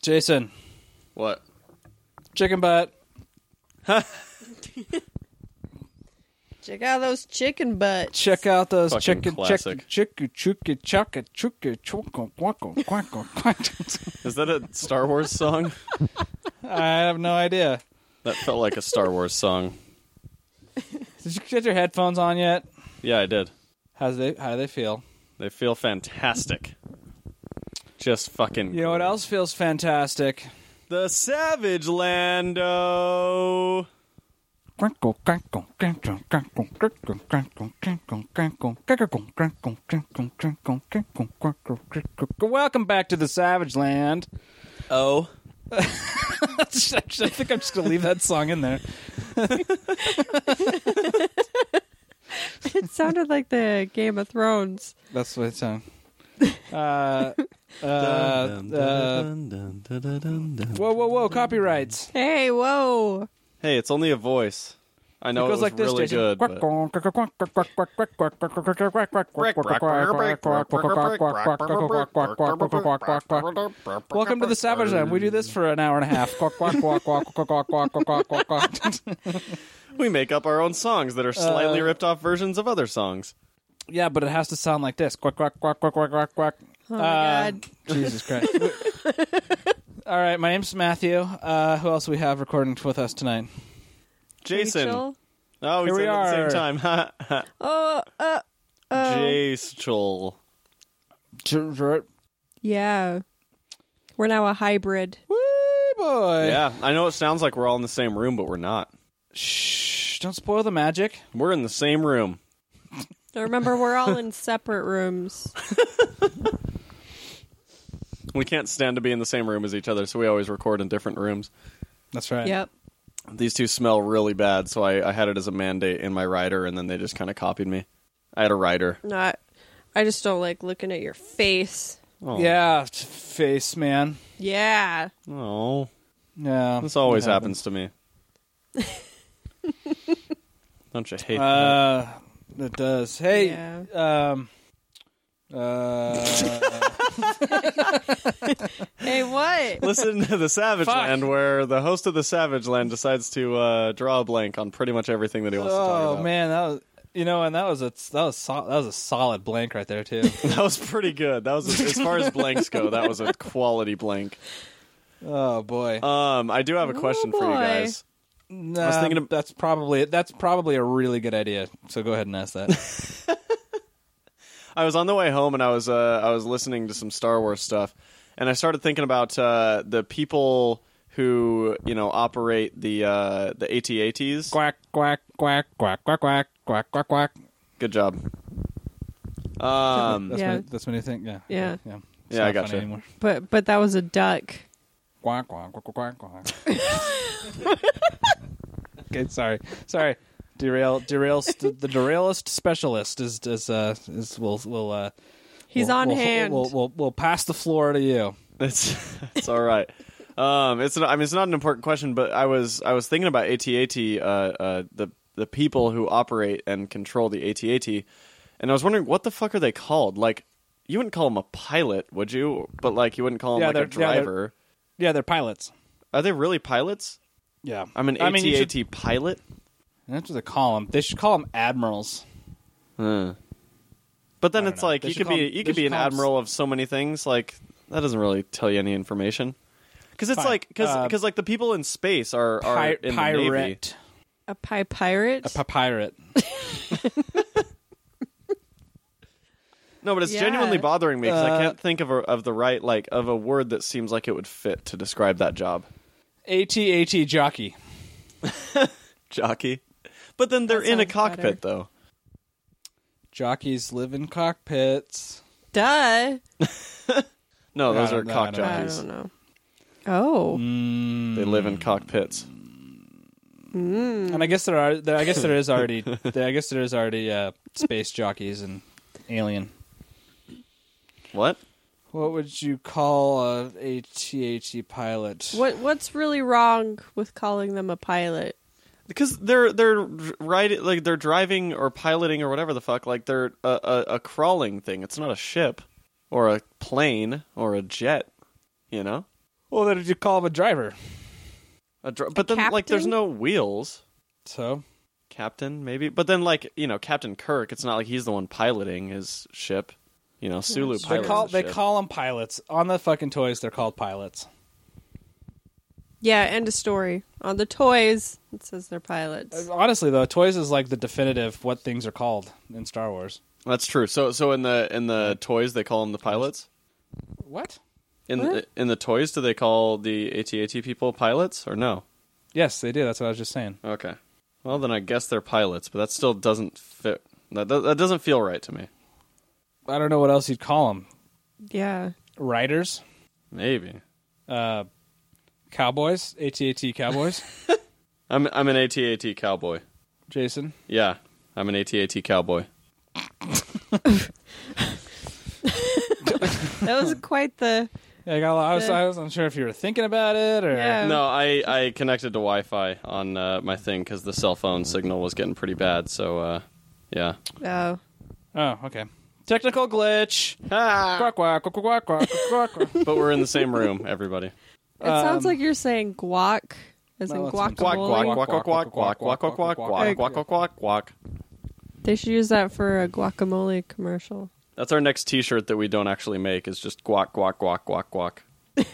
Jason, What? chicken butt. Check out those chicken butts. Check out those Fucking chicken, classic. chicken, chicken, chaka, chuka, chunka, quacka, quacka, quacka. Is that a Star Wars song? I have no idea. that felt like a Star Wars song. Did you get your headphones on yet? Yeah, I did. How's they? How do they feel? They feel fantastic. Just fucking. You know what else feels fantastic? The Savage Lando. Crinkle, crinkle, crinkle, crinkle, crinkle, crinkle, crinkle, crinkle, crinkle, crinkle, crinkle, crinkle, crinkle, crinkle, crinkle. Welcome back to the Savage Land. Oh. I think I'm just gonna leave that song in there. It sounded like the Game of Thrones. That's what it sounds. Uh, uh, uh, whoa, whoa, whoa! Copyrights. Hey, whoa. Hey, it's only a voice. I know it, was really Jason. good. but- Welcome to the Savage Land. We do this for an hour and a half. Quack, quack, quack, quack, quack, quack, quack, quack, quack, quack. We make up our own songs that are slightly Uh, ripped off versions of other songs. yeah, but it has to sound like this. Quack quack quack quack quack quack quack. Oh my God. Jesus Christ. All right, my name's Matthew. Uh, who else we have recording with us tonight? Jason. Rachel? Oh, we Here said we it at the are. same time. Oh, uh, Jason. J- J- yeah. We're now a hybrid. Wee boy. Yeah, I know it sounds like we're all in the same room, but we're not. Shh! Don't spoil the magic. We're in the same room. Now remember, we're all in separate rooms. We can't stand to be in the same room as each other, so we always record in different rooms. That's right. Yep. These two smell really bad, so I, I had it as a mandate in my rider, and then they just kind of copied me. I had a rider. Not. I just don't like looking at your face. Yeah, t- face man. Yeah. Oh, Yeah, this always it happens. to me. Don't you hate that? Uh, it does. Hey, Yeah. um, uh, Hey, what? Listen to the Savage Fuck. Land, where the host of the Savage Land decides to uh, draw a blank on pretty much everything that he wants to talk oh about. man, that was you know, and that was a that was sol- that was a solid blank right there too. That was pretty good. That was as far as blanks go. That was a quality blank. oh boy, Um, I do have a Oh, question for you boy. guys. Nah, thinking of- that's probably that's probably a really good idea. So go ahead and ask that. I was on the way home and I was uh, I was listening to some Star Wars stuff, and I started thinking about uh, the people who you know operate the uh, the ATATs. quack quack quack quack quack quack quack quack quack. Good job. Um, That's Yeah. my, that's my new thing. Yeah, Yeah. yeah. It's Yeah, not I gotcha. funny anymore. But but that was a duck. Quack quack quack quack quack. okay, sorry, sorry. Derail, derail. st- the derailist specialist is is uh is will will uh. He's will- on will- hand. We'll, we'll we'll pass the floor to you. It's it's all right. Um, it's not, I mean it's not an important question, but I was I was thinking about ATAT, uh, uh, the the people who operate and control the ATAT, and I was wondering what the fuck are they called? Like, you wouldn't call them a pilot, would you? But like, you wouldn't call them Yeah, like they're- a yeah, they're- driver. Yeah, they're pilots. are they really pilots? Yeah, I'm an ATAT I mean, you should- pilot. that's what they call them. They should call them admirals. Huh. But then Hmm. I don't it's know. like They you should could call be 'em- you they could be should an call 'em s- admiral of so many things. Like that doesn't really tell you any information. Because it's Fine. like because Uh, like the people in space are are Pi- in the navy. pirate, A pie pirate. a pi- pirate. No, but it's Yeah. genuinely bothering me because I Uh, can't think of a, of the right like of a word that seems like it would fit to describe that job. ATAT jockey. Jockey. But then they're That in a sounds better. cockpit though. Jockeys live in cockpits. Duh. No, I those don't are know, I cock don't know. I jockeys. don't know. Oh. They live Hmm. in cockpits. Mm. And I guess there are. There, I guess there is already. there, I guess there is already uh, space jockeys and alien. What? What would you call a ATAT pilot? What what's really wrong with calling them a pilot? Because they're they're riding like they're driving or piloting or whatever the fuck like they're a, a, a crawling thing. It's not a ship or a plane or a jet. You know. Well, what did you call the driver? A dr- but then, like, there's captain? no wheels. So Captain, maybe. But then, like, you know, Captain Kirk. It's not like he's the one piloting his ship. You know, Sulu they pilots. call the they ship. call them pilots on the fucking toys. They're called pilots. Yeah, end of story. On the toys, it says they're Uh, pilots. Uh, Honestly, though, toys is like the definitive what things are called in Star Wars. That's true. So, so in the in the toys, they call them the pilots. What? In What? in the toys, do they call the ATAT people pilots or no? Yes, they do. That's what I was just saying. Okay. Well, then I guess they're pilots, but that still doesn't fit. That that that doesn't feel right to me. I don't know what else you'd call them. Yeah. Riders, Maybe. uh, cowboys, ATAT cowboys. I'm I'm an ATAT cowboy. Jason, Yeah, I'm an ATAT cowboy. That was quite the. yeah, I, got a lot, I was I was unsure if you were thinking about it or Yeah. No, I, I connected to Wi-Fi on uh, my thing because the cell phone signal was getting pretty bad. So uh, yeah. Oh. oh, okay. Technical glitch. Quack, quack, quack, quack, quack, quack, quack. but we're in the same room, everybody. It Um, sounds like you're saying guac, as No, in that's what I'm guacamole. saying. Quack quack quack quack quack quack quack quack quack quack quack quack quack quack. They should use that for a guacamole commercial. That's our next T-shirt that we don't actually make. Is just quack quack quack quack quack. All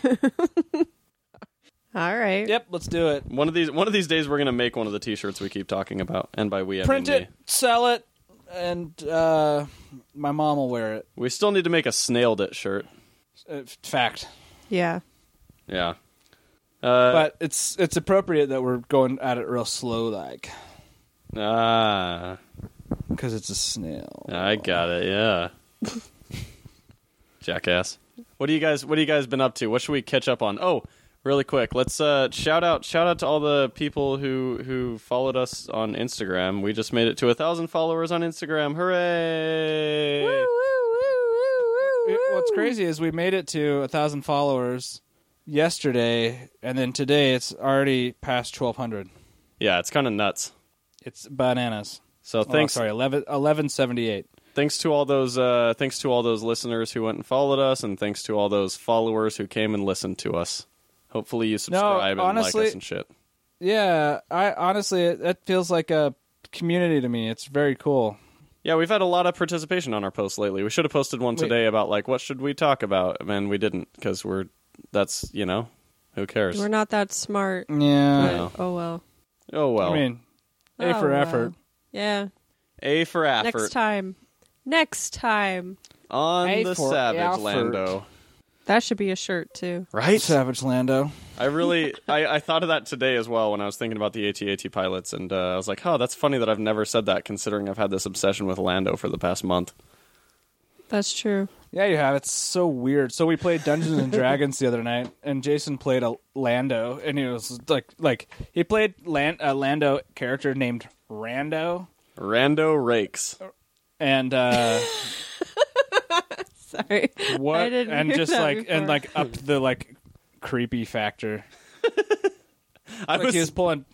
right. Yep, let's do it. One of these one of these days we're gonna make one of the T-shirts we keep talking about, and by we I Print mean it, me. sell it, and uh, my mom will wear it. We still need to make a snailed it shirt. Uh, f- fact. Yeah. Yeah. Uh, But it's it's appropriate that we're going at it real slow, like ah, because it's a snail. I got it. Yeah. Jackass. What do you guys What do you guys been up to? What should we catch up on? Oh, really quick. Let's uh, shout out shout out to all the people who who followed us on Instagram. We just made it to a thousand followers on Instagram. Hooray! It- what's crazy is we made it to a thousand followers yesterday, and then today it's already past twelve hundred. Yeah, it's kind of nuts. It's bananas. So Oh, thanks sorry, eleven eleven seventy eight. thanks to all those uh, thanks to all those listeners who went and followed us, and thanks to all those followers who came and listened to us. Hopefully, you subscribe and honestly- like us and shit. Yeah, I honestly it, it feels like a community to me. It's very cool. Yeah, we've had a lot of participation on our posts lately. We should have posted one Wait. today about like what should we talk about, and we didn't because we're that's you know who cares. We're not that smart. Yeah, Mm. No. Oh well. oh well, I mean, a Oh, for well. effort. Yeah. a for effort Next time. Next time. on A the for savage effort. Lando, That should be a shirt too. right? Savage Lando. I really I, I thought of that today as well when I was thinking about the ATAT pilots, and uh, I was like, oh, that's funny that I've never said that considering I've had this obsession with Lando for the past month. That's true. Yeah, you have. It's so weird. So we played Dungeons and Dragons the other night, and Jason played a Lando, and he was like, like he played Lan- a Lando character named Rando, Rando rakes. Oh, and uh, Sorry. what? I didn't and hear just that like and before. like up the like creepy factor. I Like was, he was pulling.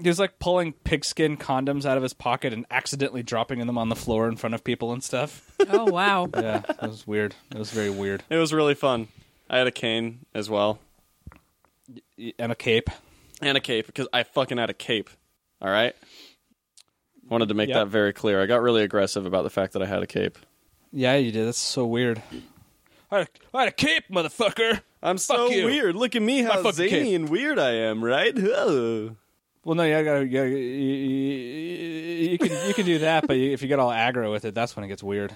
He was like pulling pigskin condoms out of his pocket and accidentally dropping them on the floor in front of people and stuff. Oh wow. Yeah, it was weird. It was very weird. it was really fun. I had a cane as well And a cape. and a cape because I fucking had a cape. All right. Wanted to make Yep. that very clear. I got really aggressive about the fact that I had a cape. Yeah, you did. That's so weird. I had a, I had a cape, motherfucker. I'm so Fuck you. weird. Look at me, how fucking zany cape. and weird I am, right? Ugh. Well, no, yeah, I gotta, yeah, you, you- you can you can do that, but you, if you get all aggro with it, that's when it gets weird.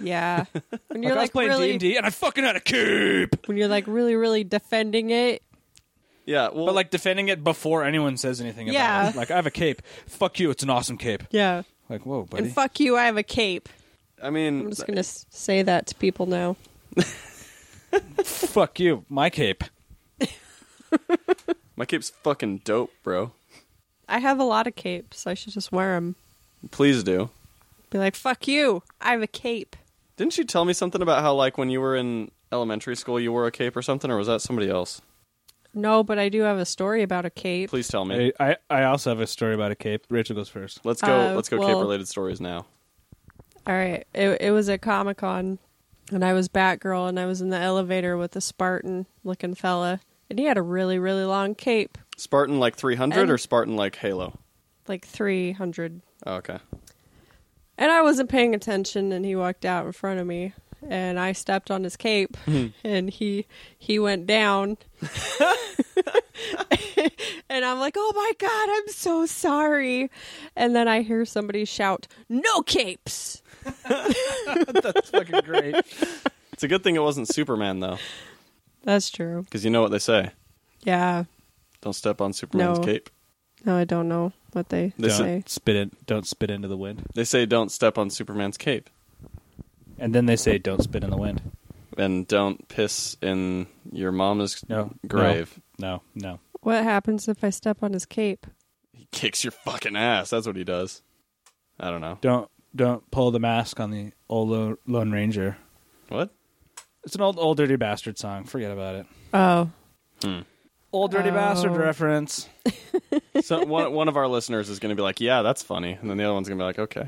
Yeah. When Like, you're I was like, playing really, D&D and I fucking had a cape, when you're like really, really defending it. Yeah. Well, but like defending it before anyone says anything. Yeah. about it. like I have a cape. Fuck you, it's an awesome cape. Yeah. Like whoa, buddy. And fuck you, I have a cape. I mean, I'm just gonna s- say that to people now. fuck you, my cape. my cape's fucking dope, bro. I have a lot of capes. I should just wear them. Please do. Be like, fuck you, I have a cape. Didn't you tell me something about how like when you were in elementary school you wore a cape or something, or was that somebody else? No, but I do have a story about a cape. Please tell me. I, I I also have a story about a cape. Rachel goes first. Let's go. Uh, let's go. well- cape related stories now. All right. It, it was at Comic Con, and I was Batgirl, and I was in the elevator with a Spartan looking fella. And he had a really, really long cape, Spartan like 300 And- or Spartan like Halo? like 300. Oh, okay. And I wasn't paying attention, and he walked out in front of me, and I stepped on his cape, and he he went down. and I'm like, oh my god, I'm so sorry. And then I hear somebody shout, "No capes!" That's fucking great. It's a good thing it wasn't Superman though, That's true. because you know what they say: Yeah. don't step on Superman's No. cape. No, I don't know what they They say. said- Don't spit it. Don't spit into the wind. They say don't step on Superman's cape, And then they say, "Don't spit in the wind." and don't piss in your mama's No no, grave. No, no. What happens if I step on his cape? He kicks your fucking ass. That's what he does. I don't know Don't don't pull the mask on the old Lo- Lone Ranger. what. It's an old old dirty bastard song. Forget about it. Oh, Old dirty Oh. bastard reference. So one one of our listeners is going to be like, "Yeah, that's funny," and then the other one's going to be like, "Okay."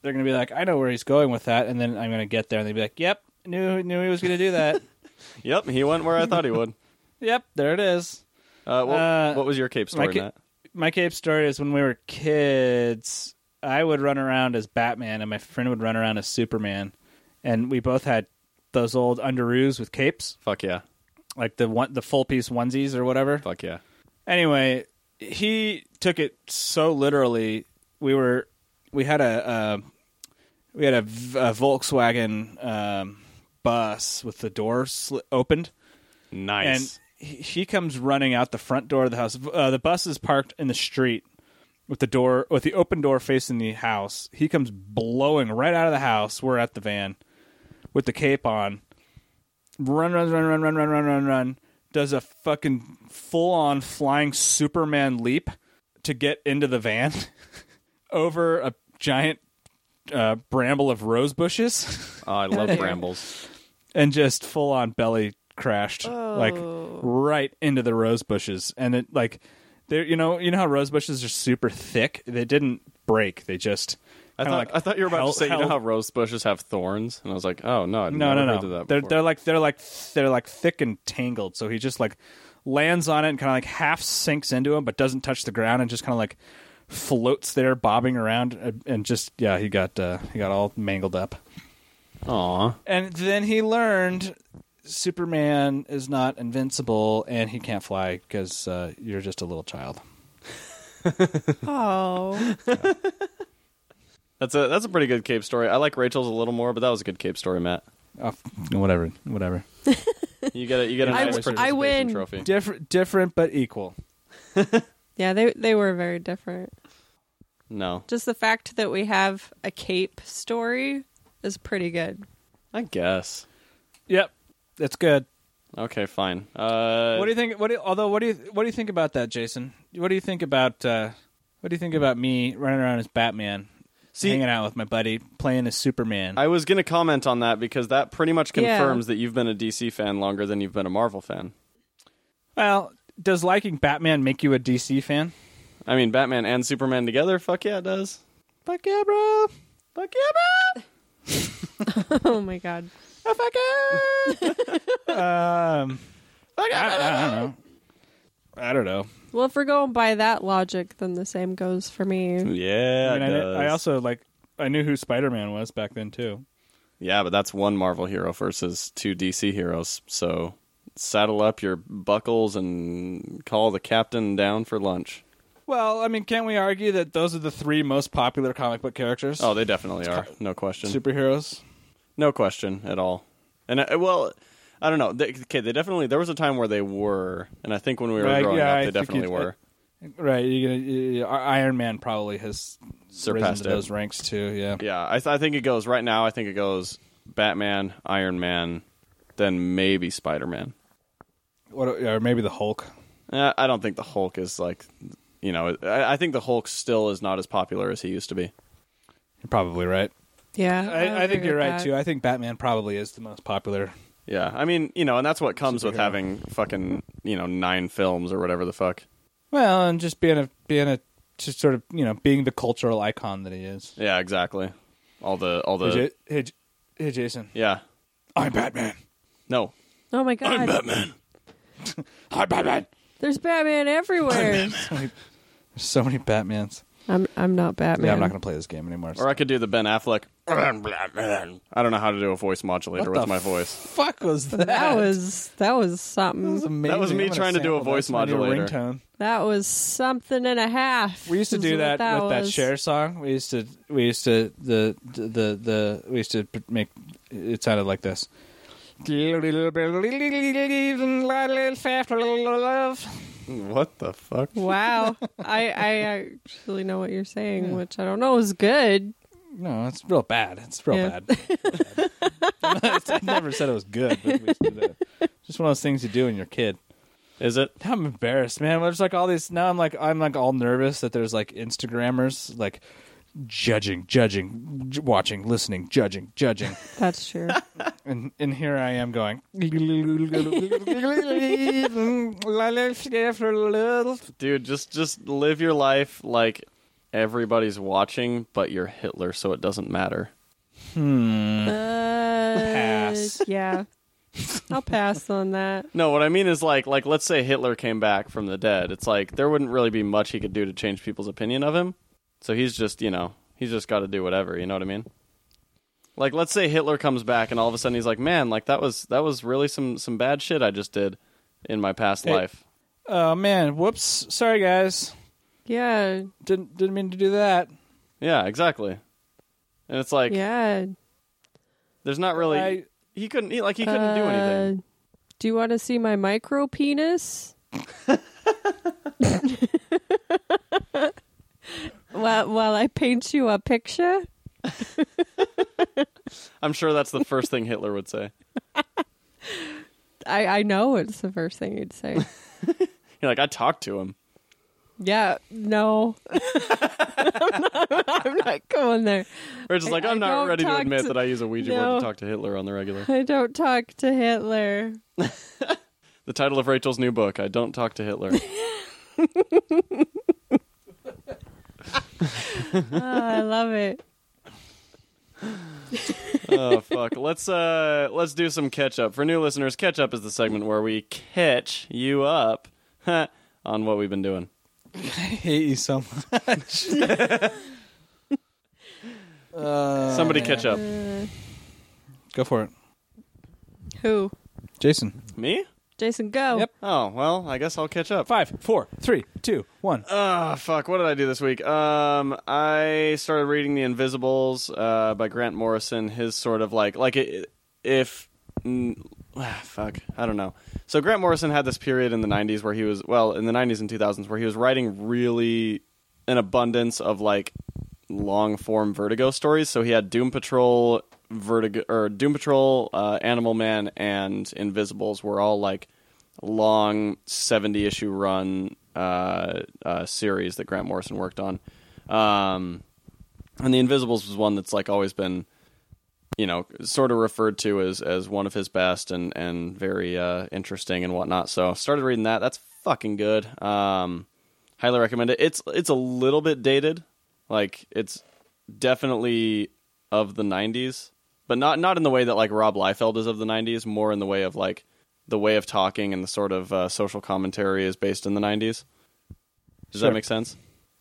They're gonna be like, "I know where he's going with that," and then I'm gonna get there and they'd be like, "Yep, knew knew he was gonna do that. Yep, he went where I thought he would. yep, there it is." Uh, what, Uh, what was your cape story, my ca- Matt? my cape story is when we were kids, I would run around as Batman and my friend would run around as Superman, and we both had those old underoos with capes, Fuck yeah, like the one the full piece onesies or whatever. fuck yeah. Anyway, he took it so literally. We were we had a uh, we had a, v- a Volkswagen um, bus with the door sli- opened Nice. and he, he comes running out the front door of the house. Uh, the bus is parked in the street with the door with the open door facing the house. He comes blowing right out of the house. We're at the van with the cape on. Run, run, run, run, run, run, run, run, run. Does a fucking full on flying Superman leap to get into the van over a giant uh, bramble of rose bushes. oh, I love Okay. brambles. and just full on belly crashed like right into the rose bushes and it like there you know you know how rose bushes are super thick they didn't break they just I kinda, thought like, I thought you were about held- to say you know held- how rose bushes have thorns, and I was like, oh no, I've no no never heard of no that they're before. they're like they're like they're like thick and tangled so he just like lands on it and kind of like half sinks into him but doesn't touch the ground and just kind of like floats there bobbing around and- and just yeah he got uh, he got all mangled up Aw, And then he learned Superman is not invincible and he can't fly because uh, you're just a little child. oh, that's a that's a pretty good cape story. I like Rachel's a little more, but that was a good cape story, Matt. Oh, whatever, whatever. You get a you get a I- nice I participation win. trophy. Different, different but equal. yeah. They they were very different. No, Just the fact that we have a cape story is pretty good. I guess. Yep, that's good. Okay, fine. Uh, What do you think? What do you, although what do you what do you think about that, Jason? What do you think about uh, what do you think about me running around as Batman, See- hanging out with my buddy, playing as Superman? I was going to comment on that because that pretty much Yeah. confirms that you've been a DC fan longer than you've been a Marvel fan. well, does liking Batman make you a DC fan? I mean, Batman and Superman together, fuck yeah, it does. Fuck yeah, bro! Fuck yeah, bro! Oh my god. um, I, I don't know. I don't know. Well, if we're going by that logic, then the same goes for me. Yeah, I, mean, it I, kn- does. I also like I knew who Spider Man was back then too. yeah, but that's one Marvel hero versus two DC heroes. So saddle up your buckles and call the captain down for lunch. Well, I mean, can't we argue that those are the three most popular comic book characters? Oh, they definitely are. No question. superheroes. No question at all. And I, well, I don't know. They, okay, they definitely. There was a time where they were, and I think when we were Right, growing yeah, up, I they think definitely it- were. Right, you're gonna, you- I- Iron Man probably has risen Surpassed to it. those ranks too. Yeah, Yeah, I, th- I think it goes right now. I think it goes Batman, Iron Man, then maybe Spider Man. what, or maybe the Hulk. Uh, I don't think the Hulk is like, you know, I, I think the Hulk still is not as popular as he used to be. You're probably right. Yeah, I, I think agree you're with right that. too. I think Batman probably is the most popular. Yeah, I mean, you know, and that's what comes with Superhero. having fucking you know nine films or whatever the fuck. Well, and just being a being a just sort of you know being the cultural icon that he is. Yeah, exactly. All the all the Hey, Ja- hey, J- hey, Jason. yeah. I'm Batman. No, Oh my god. Batman. Hi, Batman. There's Batman everywhere. So many, there's so many Batmans. I'm I'm not Batman. Yeah, I'm not going to play this game anymore. Or I could do the Ben Affleck. I don't know how to do a voice modulator What with the my voice. Fuck was that? That was that was That was something. amazing. That was me I'm gonna trying to do a sample that. voice I'm gonna do a modulator. ringtone. That was something and a half. We used to is do what that, with that was. share song. We used to we used to the the the, the we used to p- make it sounded like this. What the fuck? Wow, I I actually know what you're saying, which I don't know is good. No, it's real bad. It's real Yeah. bad. I never said it was good, but we used to do that. Just one of those things you do when you're a kid. Is it? Now I'm embarrassed, man. There's like all these. Now I'm like I'm like all nervous that there's like Instagrammers like judging, judging, j- watching, listening, judging, judging, That's true. and and here I am going. Dude, just just live your life like everybody's watching, but you're Hitler, so it doesn't matter. Mm. Hmm. Uh, Pass. yeah, I'll pass on that. No, what I mean is like like let's say Hitler came back from the dead. It's like there wouldn't really be much he could do to change people's opinion of him. So he's just, you know, he's just got to do whatever, you know what I mean? Like let's say Hitler comes back and all of a sudden he's like, "Man, like that was that was really some some bad shit I just did in my past Hey. life." Oh man, whoops. Sorry guys. Yeah, Didn't didn't mean to do that. Yeah, exactly. And it's like yeah. there's not really I- he couldn't he, like he couldn't do anything. Uh, do you want to see my micro penis? while while I paint you a picture. I'm sure that's the first thing Hitler would say. I, I know it's the first thing you'd say. You're like, I talked to him. yeah, no. I'm, not, I'm not going there. Or just I- like, I I'm not don't ready to talk admit to- that I use a Ouija board No. to talk to Hitler on the regular. I don't talk to Hitler. The title of Rachel's new book, I Don't Talk to Hitler. Ah, I love it. oh fuck. Let's uh let's do some catch up. For new listeners, catch up is the segment where we catch you up on what we've been doing. I hate you so much. Uh, Somebody catch up. Uh, Go for it. who? Jason. Me? Jason, go. Yep. Oh, well, I guess I'll catch up. Five, four, three, two, one. Ah, fuck. What did I do this week? Um, I started reading The Invisibles uh, by Grant Morrison. His sort of like like it, if mm, ah, fuck, I don't know. So Grant Morrison had this period in the '90s where he was well in the '90s and 2000s where he was writing really an abundance of like long form Vertigo stories. So he had Doom Patrol, Vertigo, or Doom Patrol, uh, Animal Man, and Invisibles were all like long 70 issue run uh, uh, series that Grant Morrison worked on. Um, and The Invisibles was one that's like always been, you know, sort of referred to as as one of his best and and very uh, interesting and whatnot. So I started reading that. That's fucking good. Um, highly recommend it. It's it's a little bit dated, like it's definitely of the '90s, but not not in the way that like Rob Liefeld is of the '90s. More in the way of like the way of talking and the sort of uh, social commentary is based in the '90s. Does Sure. that make sense?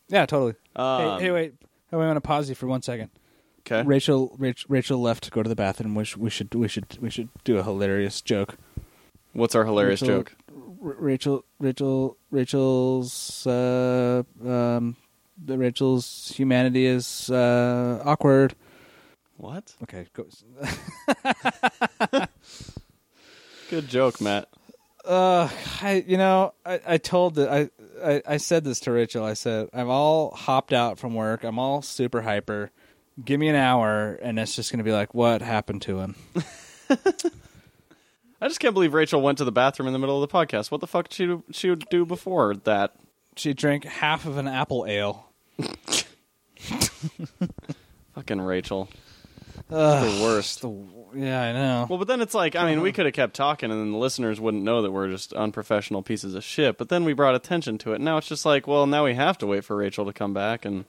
Yeah, totally. Um, hey, hey, wait. I want to pause you for one second. Okay. Rachel, Rachel, Rachel left to go to the bathroom. We should, we should, we should, we should do a hilarious joke. What's our hilarious Rachel- joke? R- Rachel, Rachel, Rachel's, uh, um, the Rachel's humanity is uh, awkward. What? Okay, go. Good joke, Matt. Uh, I, you know, I, I told the, I, I, I said this to Rachel. I said, I'm all hopped out from work. I'm all super hyper. Give me an hour, and it's just gonna be like, what happened to him? I just can't believe Rachel went to the bathroom in the middle of the podcast. What the fuck did she do- she would do before that? She drank half of an apple ale. Fucking Rachel. Ugh, The worst. the, yeah, I know. Well, but then it's like, I mean, we could have kept talking and then the listeners wouldn't know that we're just unprofessional pieces of shit, but then we brought attention to it. Now it's just like, well, now we have to wait for Rachel to come back and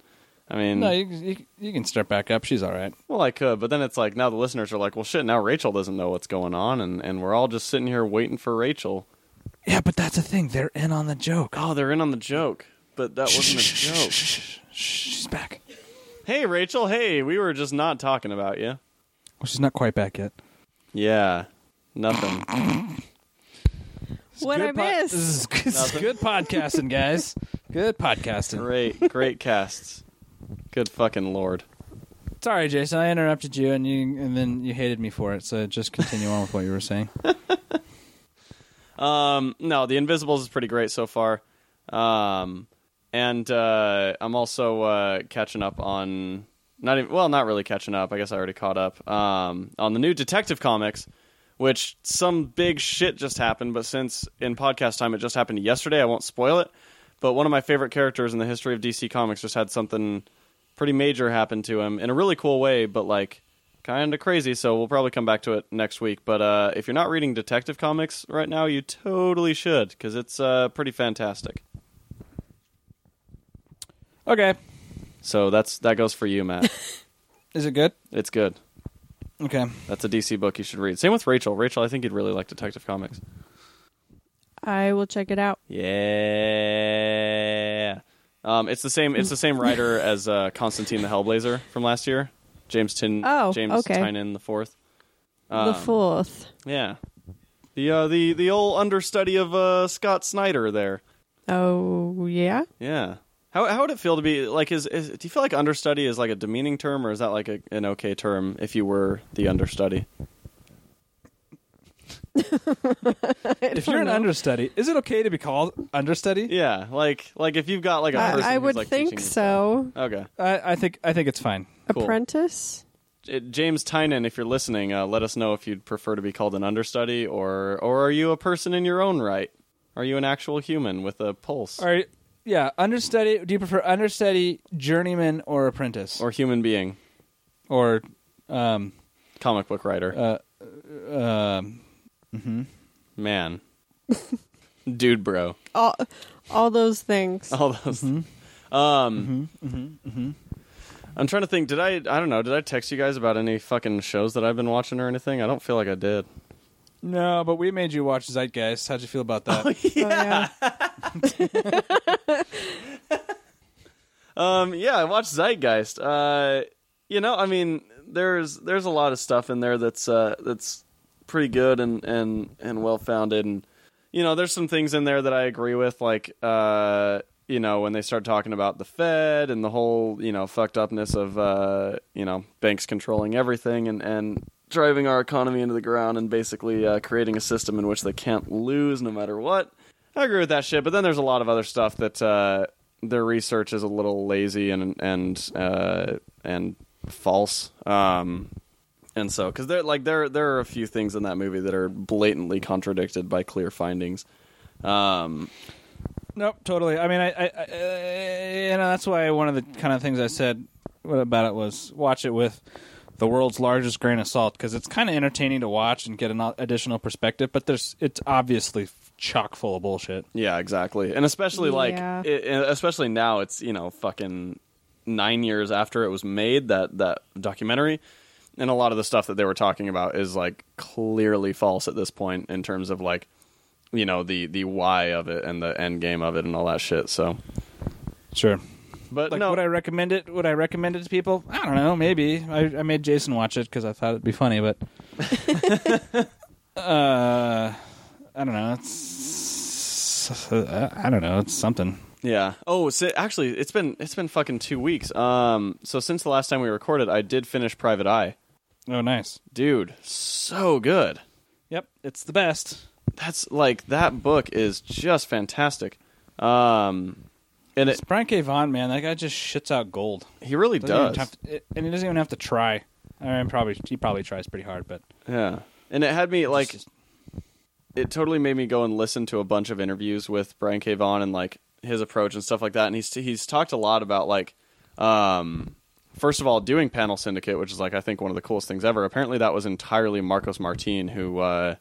I mean, No, you, you, you can start back up. She's all right. well, I could, but then it's like now the listeners are like, well, shit, now Rachel doesn't know what's going on and and we're all just sitting here waiting for Rachel. Yeah, but that's the thing. They're in on the joke. Oh, they're in on the joke, but that wasn't a joke. She's back. Hey, Rachel. Hey, we were just not talking about you. Well, she's not quite back yet. Yeah, nothing. What I Good pod- miss? This is, this is Nothing. good podcasting, guys. Good podcasting. Great, great casts. Good fucking lord. Sorry, Jason, I interrupted you, and you, and then you hated me for it. So just continue on with what you were saying. Um, no, The Invisibles is pretty great so far. Um, and uh, I'm also uh, catching up on not even well, not really catching up. I guess I already caught up um, on the new Detective Comics, which some big shit just happened. But since in podcast time it just happened yesterday, I won't spoil it. But one of my favorite characters in the history of DC Comics just had something pretty major happen to him in a really cool way, but like kind of crazy. So we'll probably come back to it next week. But uh, if you're not reading Detective Comics right now, you totally should because it's uh, pretty fantastic. Okay, So that's that goes for you, Matt. is it good? it's good. Okay, That's a DC book you should read. Same with Rachel. Rachel, I think you'd really like Detective Comics. I will check it out. Yeah. Um, it's the same. It's the same writer as uh, Constantine the Hellblazer from last year, James Tin. Oh, James okay. Tynan the fourth. the Um, fourth. Yeah. The uh, the the old understudy of uh, Scott Snyder there. Oh yeah. Yeah. How how would it feel to be like is, is do you feel like understudy is like a demeaning term or is that like a, an okay term if you were the understudy? if you're an understudy, is it okay to be called understudy? Yeah, like like if you've got like a person I, I who's, would like, think teaching you so. stuff. Okay. I, I think I think it's fine. Cool. Apprentice. J- James Tynan, if you're listening, uh, let us know if you'd prefer to be called an understudy or or are you a person in your own right? Are you an actual human with a pulse All right. Yeah, understudy. Do you prefer understudy, journeyman, or apprentice, or human being? or um, Comic book writer. Mm-hmm. um, Man. Dude bro. All, all those things. all those. Um, I'm trying to think. Did I? I don't know. Did I text you guys about any fucking shows that I've been watching or anything? I don't feel like I did. no? But we made you watch Zeitgeist. How'd you feel about that? Oh, yeah. Um, yeah, I watched Zeitgeist. Uh, you know, I mean, there's there's a lot of stuff in there that's uh, that's pretty good and and and well founded, and you know, there's some things in there that I agree with, like uh, you know, when they start talking about the Fed and the whole you know fucked upness of uh, you know banks controlling everything and and driving our economy into the ground and basically uh, creating a system in which they can't lose no matter what. I agree with that shit, but then there's a lot of other stuff that uh, their research is a little lazy and and uh, and false. Um, and so, because there like there there are a few things in that movie that are blatantly contradicted by clear findings. Um, Nope, totally. I mean, I, I, I uh, you know, that's why one of the kind of things I said about it was watch it with the world's largest grain of salt because it's kind of entertaining to watch and get an o- additional perspective. But there's, it's obviously chock full of bullshit. yeah, exactly, and especially like Yeah. it, and especially now it's you know fucking nine years after it was made that that documentary. And a lot of the stuff that they were talking about is like clearly false at this point in terms of like you know the the why of it and the end game of it and all that shit. So, Sure. but Like, no, would I recommend it? Would I recommend it to people? I don't know. Maybe I, I made Jason watch it because I thought it'd be funny, but uh, I don't know. It's I I don't know. It's something. Yeah. Oh, so actually, it's been it's been fucking two weeks. Um. So since the last time we recorded, I did finish Private Eye. Oh, nice. Dude, so good. Yep, it's the best. That's like that book is just fantastic. Um, and it It's Brian K. Vaughan, man. That guy just shits out gold. he really Doesn't even does. have to- and he doesn't even have to try. I mean, probably he probably tries pretty hard, but Yeah. And it had me like just- it totally made me go and listen to a bunch of interviews with Brian K. Vaughan and like his approach and stuff like that. And he's he's talked a lot about like um first of all doing panel syndicate, which is like I think one of the coolest things ever. Apparently that was entirely Marcos Martin who uh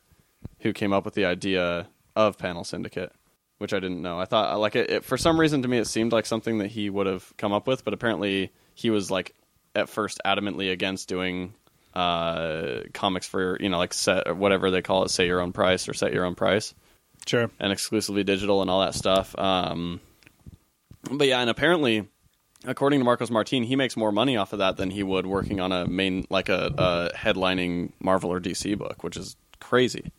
who came up with the idea of panel syndicate, which I didn't know. I thought like it, it for some reason to me it seemed like something that he would have come up with, but apparently he was like at first adamantly against doing uh comics for you know like set or whatever they call it, say your own price or set your own price, Sure. and exclusively digital and all that stuff. Um, but yeah, and apparently, according to Marcos Martin, he makes more money off of that than he would working on a main like a, a headlining Marvel or DC book, which is crazy.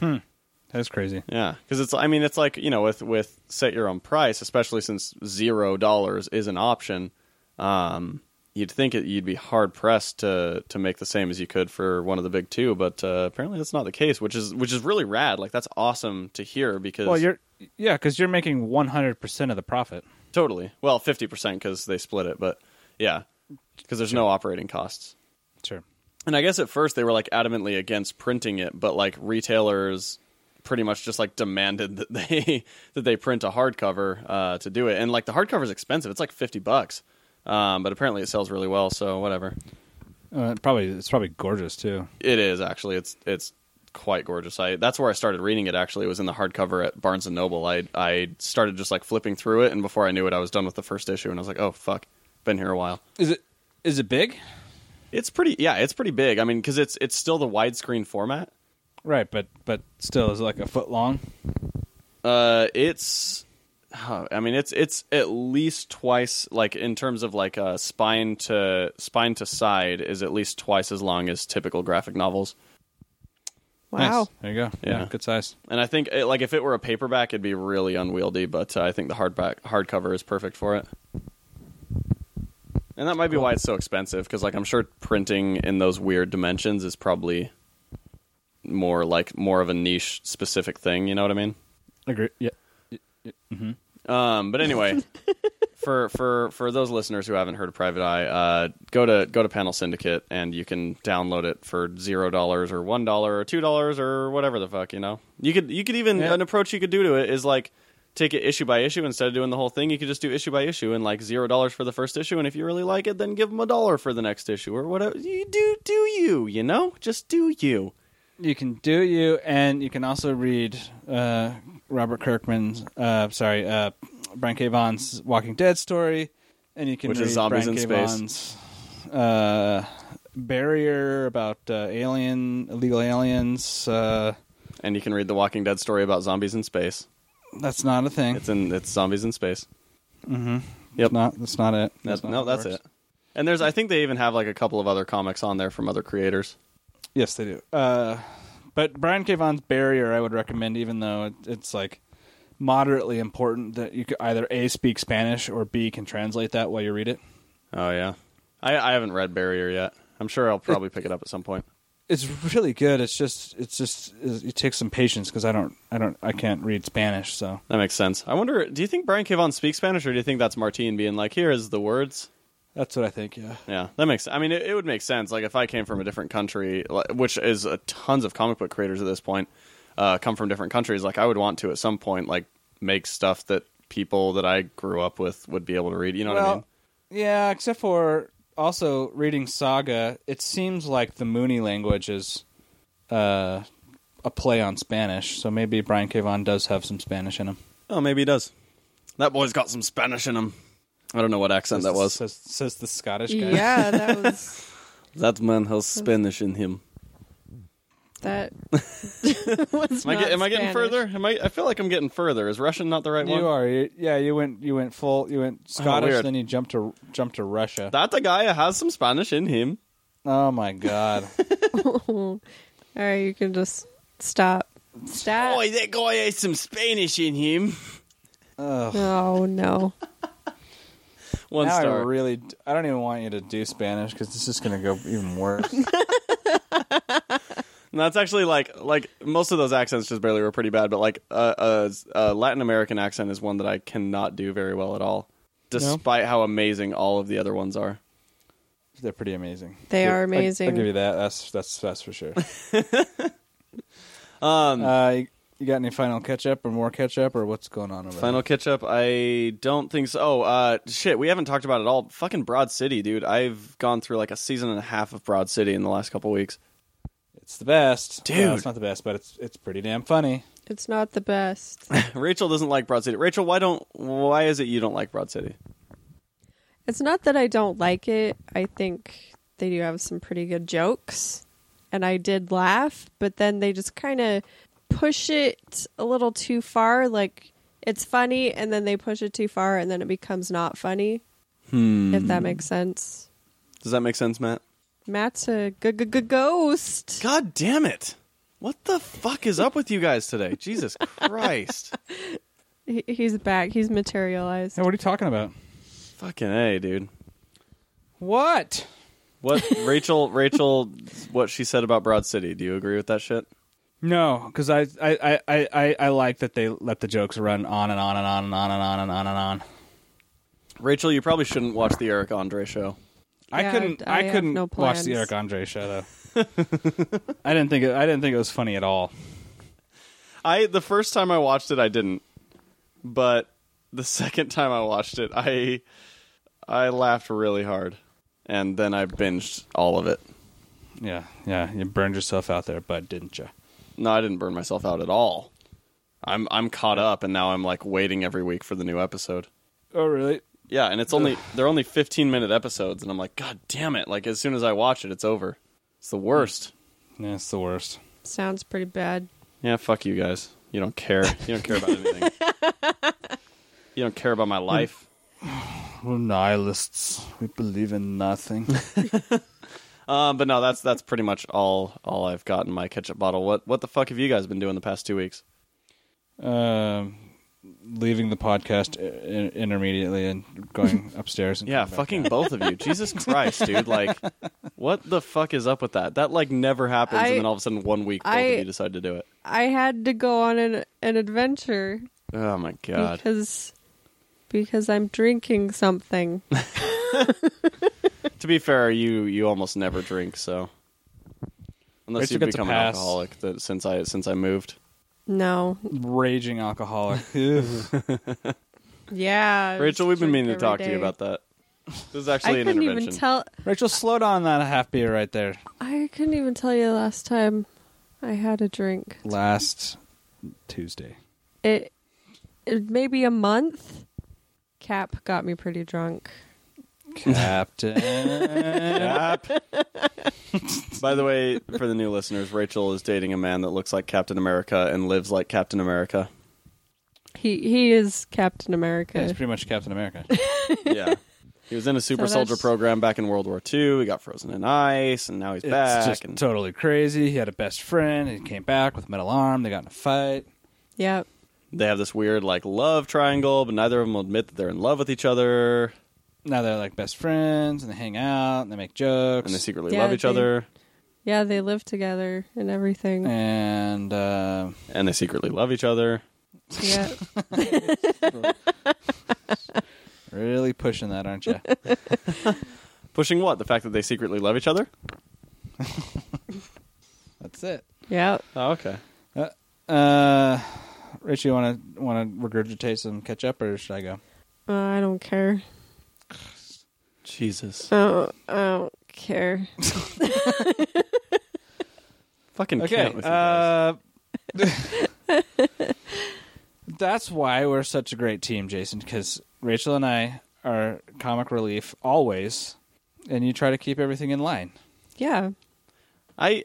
That's crazy. Yeah, because it's I mean it's like you know with with set your own price, especially since zero dollars is an option. Um, you'd think it, you'd be hard pressed to to make the same as you could for one of the big two, but uh, apparently that's not the case, which is which is really rad. Like that's awesome to hear because Well, you're yeah, because you're making 100 percent of the profit. Totally. Well, fifty percent because they split it, but yeah, because there's no operating costs. Sure. And I guess at first they were like adamantly against printing it, but like retailers pretty much just like demanded that they that they print a hardcover uh, to do it. And like the hardcover is expensive; it's like fifty bucks. Um, but apparently it sells really well, so whatever. Uh, probably it's probably gorgeous too. It is actually. It's it's quite gorgeous. I that's where I started reading it. Actually, it was in the hardcover at Barnes and Noble. I I started just like flipping through it, and before I knew it, I was done with the first issue, and I was like, oh fuck, been here a while. Is it is it big? It's pretty, yeah, it's pretty big. I mean, because it's it's still the widescreen format. Right, but but still, is it like a foot long? Uh, it's, huh, I mean, it's it's at least twice, like in terms of like uh, spine to spine to side, is at least twice as long as typical graphic novels. Wow. Nice. There you go. Yeah. good size. And I think it, like if it were a paperback, it'd be really unwieldy. But uh, I think the hardback hardcover is perfect for it. And that might be why it's so expensive, because like I'm sure printing in those weird dimensions is probably more like more of a niche specific thing. You know what I mean? Agree. Yeah. Um, but anyway, for for for those listeners who haven't heard of Private Eye, uh, go to go to Panel Syndicate and you can download it for zero dollars or one dollar or two dollars or whatever the fuck you know. You could you could even Yeah. an approach you could do to it is like take it issue by issue instead of doing the whole thing. You could just do issue by issue and like zero dollars for the first issue, and if you really like it, then give them a dollar for the next issue or whatever. You do do you you know just do you. You can do you, and you can also read uh, Robert Kirkman's, uh, sorry, uh, Brian K. Vaughn's Walking Dead story, and you can Which read is Zombies Brian in K. Space. Vaughn's uh, Barrier about uh, alien illegal aliens. Uh, And you can read the Walking Dead story about zombies in space. that's not a thing. It's in it's zombies in space. It's not. That's not it. That, not no, how that's works. it. And there's, I think they even have like a couple of other comics on there from other creators. Yes, they do. Uh, but Brian K. Vaughn's Barrier, I would recommend, even though it, it's like moderately important that you could either a speak Spanish or b can translate that while you read it. Oh yeah, I, I haven't read Barrier yet. I'm sure I'll probably pick it up at some point. It's really good. It's just it's just it takes some patience because I don't I don't I can't read Spanish. So That makes sense. I wonder, do you think Brian K. Vaughan speaks Spanish, or do you think that's Martine being like, "Here is the words"? that's what I think. Yeah. Yeah, that makes. I mean, it, it would make sense. Like if I came from a different country, like, which is uh tons of comic book creators at this point, uh, come from different countries. Like I would want to at some point, like make stuff that people that I grew up with would be able to read. You know what I mean? yeah. Except for also reading Saga, it seems like the Mooney language is uh, a play on Spanish. So maybe Brian K. Vaughan does have some Spanish in him. Oh, maybe he does. That boy's got some Spanish in him. I don't know what accent that was. says, says the Scottish guy. Yeah, that was That man has Spanish in him. that. was Am I, not get, am I getting Spanish. further? Am I? I feel like I'm getting further. Is Russian not the right one? You are, you, yeah. You went, you went full, you went Scottish, weird. then you jumped to jumped to Russia. That the guy has some Spanish in him. oh my god! All right, you can just stop. Stop. Boy, that guy has some Spanish in him. Ugh. Oh no. One now I star. really, d- I don't even want you to do Spanish because this is going to go even worse. And that's actually like like most of those accents just barely were pretty bad, but like a uh, uh, a Latin American accent is one that I cannot do very well at all, despite how amazing all of the other ones are. They're pretty amazing. They Yeah, are I- amazing. I'll give you that. That's that's that's for sure. um, uh, you, you got any final catch up or more catch up or what's going on over Final catch up? I don't think so. Oh, uh, shit, we haven't talked about it all. Fucking Broad City, dude. I've gone through like a season and a half of Broad City in the last couple weeks. there? It's the best, Well, Dude. it's not the best, but it's it's pretty damn funny. It's not the best. Rachel doesn't like Broad City. Rachel, why don't? Why is it you don't like Broad City? It's not that I don't like it. I think they do have some pretty good jokes. And I did laugh, but then they just kind of push it a little too far. Like it's funny, and then they push it too far, and then it becomes not funny. If that makes sense. Does that make sense, Matt? Matt's a g- g- g- ghost. God damn it! What the fuck is up with you guys today? Jesus Christ! He- he's back. He's materialized. Hey, what are you talking about? Fucking a, dude. What? What Rachel? Rachel, what she said about Broad City? Do you agree with that shit? No, because I I, I, I, I I like that they let the jokes run on and on and on and on and on and on and on. Rachel, you probably shouldn't watch the Eric Andre show. I Yeah, couldn't I I, have couldn't no watch the plans. Eric Andre show though. I didn't think it, I didn't think it was funny at all. I the first time I watched it, I didn't, but the second time I watched it, I I laughed really hard, and then I binged all of it. Yeah, yeah, you burned yourself out there, bud, didn't you? No, I didn't burn myself out at all. I'm I'm caught up, and now I'm like waiting every week for the new episode. Oh really? Yeah, and it's only they're only 15 minute episodes, and I'm like, God damn it! Like as soon as I watch it, it's over. It's the worst. Yeah, it's the worst. Sounds pretty bad. Yeah, fuck you guys. You don't care. You don't care about anything. you don't care about my life. We're nihilists. We believe in nothing. Um, but no, that's that's pretty much all all I've got in my ketchup bottle. What what the fuck have you guys been doing the past two weeks? um, leaving the podcast I- intermediately and going upstairs. And Yeah, coming back fucking down. both of you. Jesus Christ, dude! Like, what the fuck is up with that? That like never happens, I- and then all of a sudden, one week, both I- of you decide to do it. I had to go on an an adventure Oh my god! because because I'm drinking something. to be fair, you you almost never drink, so unless Rachel you gets a become an pass. alcoholic, that since I since I moved, no. raging alcoholic. Yeah. I Rachel, we've just been drink meaning to every talk to day. you about that. This is I actually an couldn't even intervention. tell. Rachel, slow down that half beer right there. I couldn't even tell you the last time I had a drink. Last Tuesday. It, it maybe a month. Cap got me pretty drunk. Captain. By the way, for the new listeners, Rachel is dating a man that looks like Captain America and lives like Captain America. He he is Captain America. That's pretty much Captain America. Yeah. He was in a super So that's- soldier program back in World War II. He got frozen in ice, and now he's back. It's just and totally crazy. He had a best friend. He came back with a metal arm. They got in a fight. Yep. they have this weird like love triangle, but neither of them will admit that they're in love with each other, Now they're like best friends and they hang out and they make jokes. and they secretly Yeah, love each they- other, Yeah, they live together and everything. Eh. And uh, and they secretly love each other. yeah. really pushing that, aren't you? Pushing what? The fact that they secretly love each other? That's it. Yep. Oh, okay. Uh, Rachel, you want to want to regurgitate some ketchup, or should I go? Uh, I don't care. Jesus. Oh, I don't care. Fucking Okay. can't with you guys. Uh, that's why we're such a great team, Jason. Because Rachel and I are comic relief always, and you try to keep everything in line. Yeah. I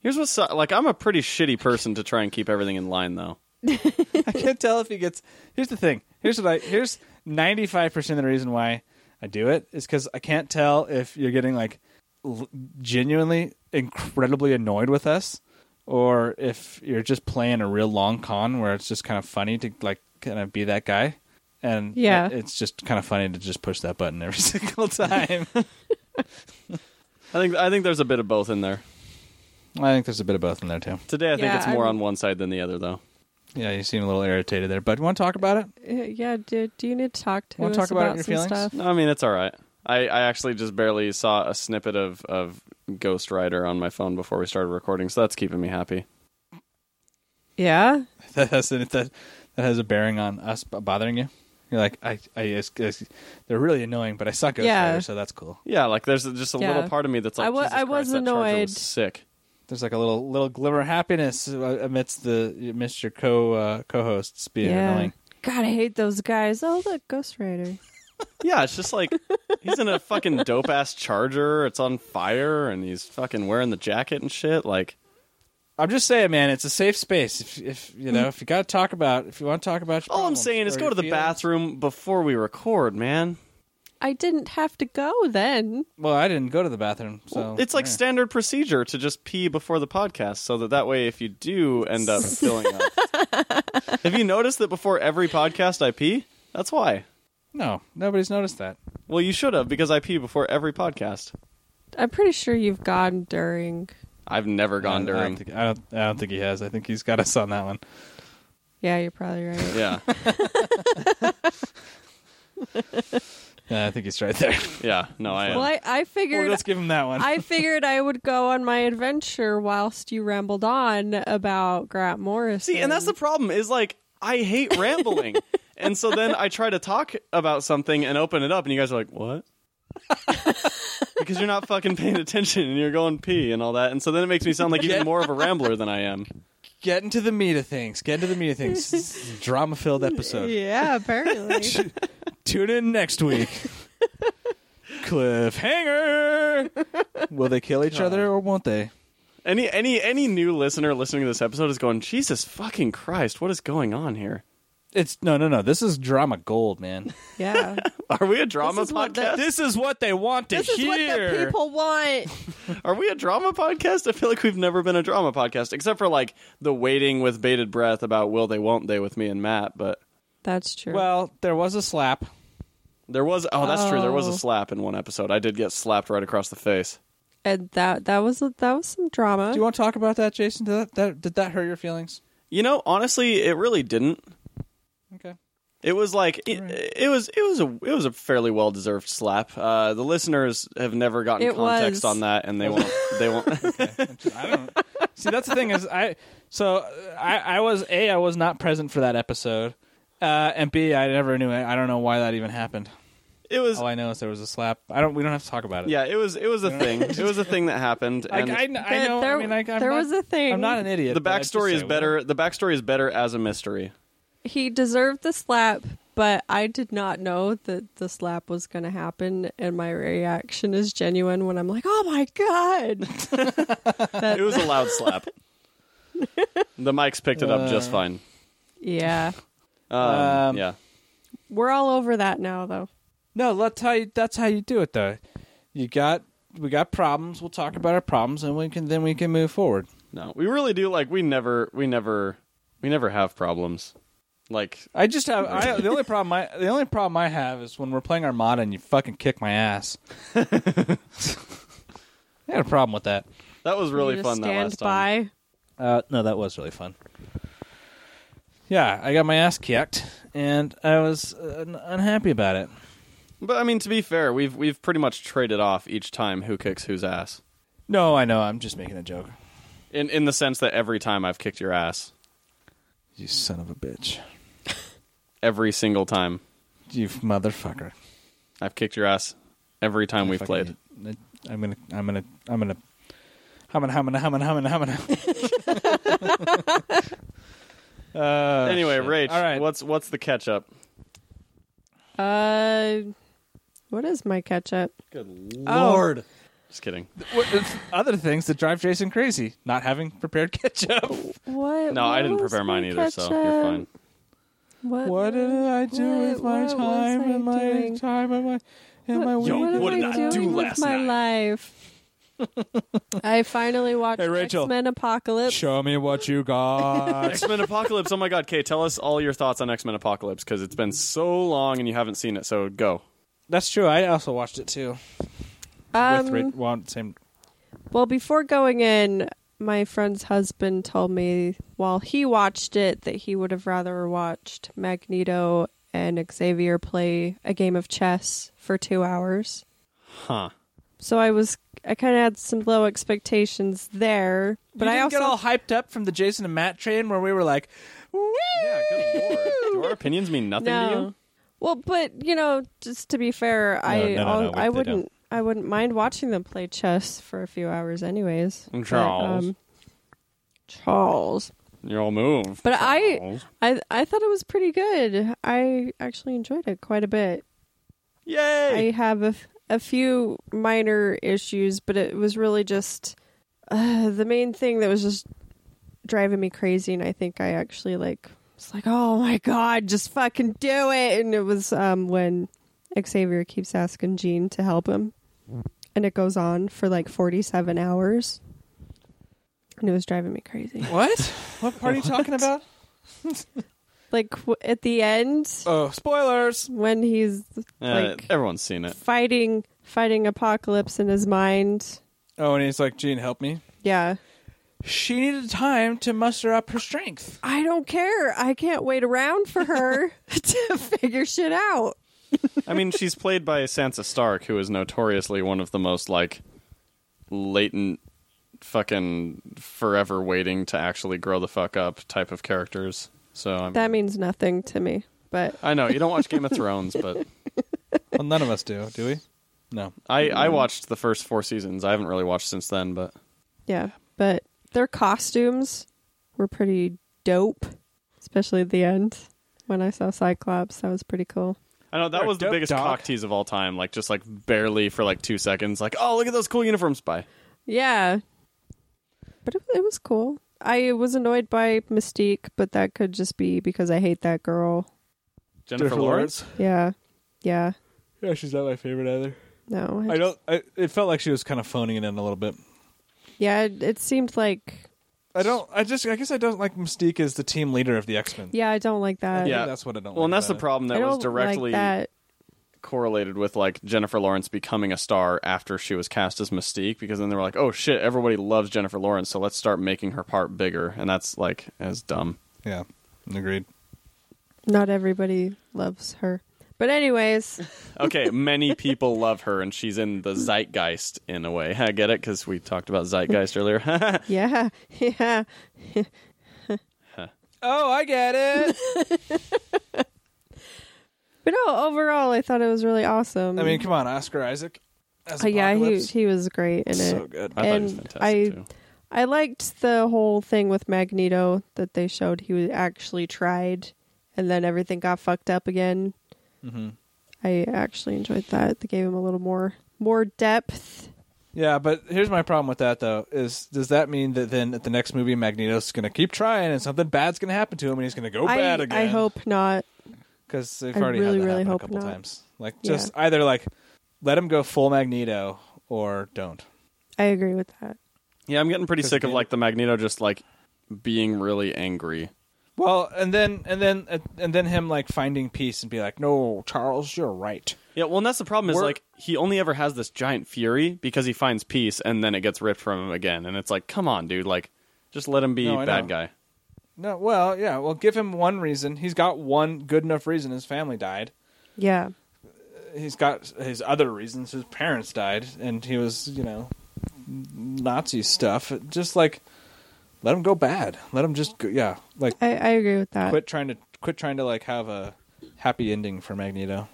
here's what's like. I'm a pretty shitty person to try and keep everything in line, though. I can't tell if he gets. Here's the thing. Here's what I. Here's ninety five percent of the reason why I do it is because I can't tell if you're getting like l- genuinely incredibly annoyed with us, or if you're just playing a real long con where it's just kind of funny to like kind of be that guy. And Yeah. it- it's just kind of funny to just push that button every single time. I think I think there's a bit of both in there. I think there's a bit of both in there too. Today, I think Yeah, it's more I'm- on one side than the other, though. Yeah, you seem a little irritated there, but you want to talk about it? Uh, Yeah, dude. Do you need to talk to Wanna us talk about about, your some feelings? stuff? No, I mean it's all right. I, I actually just barely saw a snippet of of Ghost Rider on my phone before we started recording, so that's keeping me happy. Yeah. that has that that has a bearing on us b- bothering you. You're like, I, I, it's, it's- they're really annoying, but I suck Ghost Yeah. Rider, so that's cool. Yeah, like there's just a Yeah. little part of me that's like, I wa- Jesus I Christ, was that Charger annoyed. was sick. There's like a little little glimmer of happiness uh, amidst the amidst your co uh, co-hosts being yeah. annoying. God, I hate those guys. Oh, look, Ghost Rider. Yeah, it's just like he's in a fucking dope ass Charger. It's on fire, and he's fucking wearing the jacket and shit. Like, I'm just saying, man, it's a safe space. If, if you know, if you got to talk about, if you want to talk about, your Oh, All I'm problems saying is or go your to the feelings- bathroom before we record, man. I didn't have to go then. Well, I didn't go to the bathroom, so it's like Oh, yeah. standard procedure to just pee before the podcast, so that that way, if you do end up filling up, have you noticed that before every podcast I pee? That's why. no, nobody's noticed that. Well, you should have because I pee before every podcast. I'm pretty sure you've gone during. I've never gone I during. don't, think, I don't. I don't think he has. I think he's got us on that one. Yeah, you're probably right. Yeah, Yeah, I think he's right there. yeah. No, I. am. well, I, I Well, figured let's give him that one. I figured I would go on my adventure whilst you rambled on about Grant Morris. See, and that's the problem is like I hate rambling. and so then I try to talk about something and open it up and you guys are like, "What?" because you're not fucking paying attention and you're going pee and all that. And so then it makes me sound like even more of a rambler than I am. Get into the meat of things. Get into the meat of things. This is a drama-filled episode. yeah, apparently. Tune in next week. Cliffhanger. Will they kill each other or won't they? Any any any new listener listening to this episode is going, "Jesus fucking Christ, what is going on here? It's no, no, no. This is drama gold, man. yeah, Are we a drama This is what the- podcast? this is what they want to this is what the hear. people want. Are we a drama podcast? I feel like we've never been a drama podcast except for like the waiting with bated breath about will they won't they with me and Matt, but That's true. well, there was a slap. There was oh that's true. There was a Oh. slap in one episode. I did get slapped right across the face. and that that was a, that was some drama. Do you want to talk about that, Jason? Did that, that did that hurt your feelings? You know, honestly, it really didn't. Okay. It was like it, it was it was a it was a fairly well deserved slap. Uh, the listeners have never gotten It context was. on that, and they won't. They won't. I don't see. That's the thing is I. So uh, I, I was a I was not present for that episode, uh, and b I never knew. I I don't know why that even happened. It was All I know is there was a slap. I don't. We don't have to talk about it. yeah. It was it was a thing. It was a thing that happened. Like, And I, kn- I But know. there- I mean, like, I'm there not- was a thing. I'm not an idiot. the but I just backstory say is whatever. better. The backstory is better as a mystery. he deserved the slap, but I did not know that the slap was going to happen, and my reaction is genuine when I'm like, "Oh my god!" It was a loud slap. The mics picked it up just Uh, fine. yeah, Um, Um, yeah. we're all over that now, though. No, that's how you. That's how you do it, though. You got. We got problems. We'll talk about our problems, and we can then we can move forward. No, we really do. Like we never, we never, we never have problems. Like I just have I, the only problem. I the only problem I have is when we're playing Armada and you fucking kick my ass. I had a problem with that. that was really You just fun that stand last time. by. Uh, no, that was really fun. Yeah, I got my ass kicked, and I was uh, un- unhappy about it. But I mean, to be fair, we've we've pretty much traded off each time who kicks whose ass. No, I know. I'm just making a joke. In in the sense that every time I've kicked your ass, You son of a bitch. every single time You motherfucker. I've kicked your ass, every time we've played. Fucking- I'm gonna. I'm gonna. I'm gonna. Humming, humming, humming, humming, humming. uh, anyway, shit. Rach, All right. what's what's the catch up? Uh, what is my catch up? Good Lord. Just kidding. What- it's other things that drive Jason crazy, not having prepared ketchup. What? No, what I didn't was prepare my mine either, so catch-up? you're fine. What? What did I do What- with my what was time I and my doing? time and my and my what, weekend? am what did I do doing with last my life? I finally watched Hey, Rachel. X-Men Apocalypse. Show me what you got. X Men Apocalypse. Oh my God, Kay, tell us all your thoughts on X Men Apocalypse because it's been so long and you haven't seen it. So go. That's true. I also watched it too. Um, with Ra- well, same. Well, before going in, my friend's husband told me while he watched it that he would have rather watched Magneto and Xavier play a game of chess for two hours. Huh. So I was, I kind of had some low expectations there, but you I didn't also get all hyped up from the Jason and Matt train where we were like, "Woo!" Yeah, good lord. Do our opinions mean nothing to you? Well, but you know, just to be fair, I no, no, no, I'll- wait, I they wouldn't I wouldn't mind watching them play chess for a few hours, anyways. But, Charles. um, Charles, You all move. but I I I thought it was pretty good. I actually enjoyed it quite a bit. Yay! I have a, f- a few minor issues, but it was really just uh, the main thing that was just driving me crazy, and I think I actually like was like, oh my god, just fucking do it. And it was um, when Xavier keeps asking Jean to help him, and it goes on for like forty-seven hours, and it was driving me crazy. What? What part are you talking about? like w- at the end Oh, spoilers. when he's Uh, like everyone's seen it. fighting fighting apocalypse in his mind. Oh, and he's like, Gene, help me. Yeah. She needed time to muster up her strength. I don't care. I can't wait around for her to figure shit out. I mean, she's played by Sansa Stark, who is notoriously one of the most like latent, fucking forever waiting to actually grow the fuck up type of characters. So I'm, That means nothing to me. But I know you don't watch Game of Thrones, but Well, none of us do, do we? No. I I watched the first four seasons. I haven't really watched since then, but yeah, but their costumes were pretty dope, especially at the end when I saw Cyclops. That was pretty cool. I know that You're a was the dope biggest dog. cock tease of all time. Like just like barely for like two seconds. Like oh look at those cool uniforms. Bye. Yeah. But it, it was cool. I was annoyed by Mystique, but that could just be because I hate that girl. Jennifer, Lawrence. Yeah. Yeah. Yeah, she's not my favorite either. No. I don't. I, it felt like she was kind of phoning it in a little bit. Yeah, it, it seemed like I don't. I just. I guess I don't like Mystique as the team leader of the X Men. yeah, I don't like that. Yeah. that's what I don't. Well, and like that's the about problem I that don't was directly like that. correlated with like Jennifer Lawrence becoming a star after she was cast as Mystique because then they were like, "Oh shit, everybody loves Jennifer Lawrence, so let's start making her part bigger." And that's like as dumb. it. Yeah, agreed. Not everybody loves her. But anyways, Okay, many people love her and she's in the zeitgeist in a way. I get it cuz we talked about zeitgeist earlier. yeah, yeah. Oh, I get it. But no, overall, I thought it was really awesome. I mean, come on, Oscar Isaac. As Uh, Mm. yeah, he Apocalypse. he was great in it. so good. I thought it was And fantastic I- too. I liked the whole thing with Magneto that they showed he was actually tried, and then everything got fucked up again. hmm I actually enjoyed that. They gave him a little more more depth. Yeah, but here's my problem with that though: is does that mean that then at the next movie Magneto's going to keep trying and something bad's going to happen to him and he's going to go I, bad again? I hope not. because they've I already really, had that really happen a hope couple not. times. Like Yeah. just either like let him go full Magneto or don't. I agree with that. Yeah, I'm getting pretty 'Cause sick of they- like the Magneto just like being really angry. Well, and then and then and then him like finding peace and be like, "No, Charles, you're right." Yeah, well, and that's the problem is We're- like he only ever has this giant fury because he finds peace, and then it gets ripped from him again, and it's like, come on, dude, like just let him be No, I bad know. guy. No, well, yeah, well, give him one reason. He's got one good enough reason. His family died. Yeah, He's got his other reasons. His parents died, and he was, you know, Nazi stuff. Just like let him go bad. Let him just, go, yeah, like I, I agree with that. quit trying to quit trying to like have a happy ending for Magneto.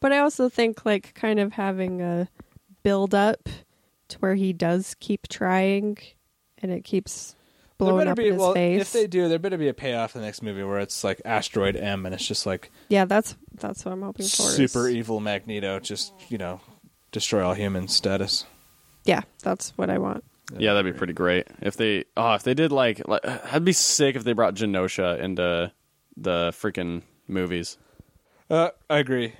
But I also think like kind of having a build up to where he does keep trying and it keeps There blowing better up be- in his well, face. If they do, there better be a payoff in the next movie where it's like asteroid M, and it's just like yeah, that's that's what I'm hoping for. is- super e- evil Magneto, just you know, destroy all human status. Yeah, that's what I want. yeah, that'd be pretty great if they. Oh, if they did like, like, I'd be sick if they brought Genosha into the freaking movies. Uh, I agree.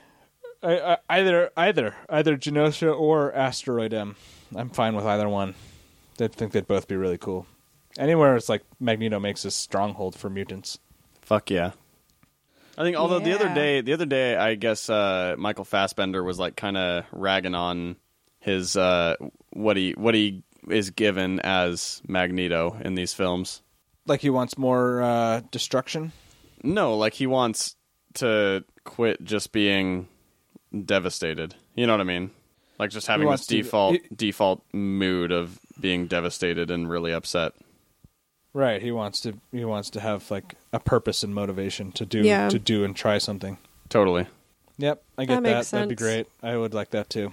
I, I, either either either Genosha or Asteroid M. I'm fine with either one. I think they'd both be really cool. Anywhere it's like Magneto makes a stronghold for mutants. Fuck yeah. I think although the other Yeah. day the other day I guess uh, Michael Fassbender was like kind of ragging on his uh, what he what he is given as Magneto in these films. Like he wants more uh, destruction. No, like he wants to quit just being devastated. You know what I mean? Like just having wants this to- default he- default mood of being devastated and really upset. Right. He wants to. He wants to have like a purpose and motivation to do Yeah. to do and try something. Totally. Yep, I get that. That makes That'd be sense. great. I would like that too.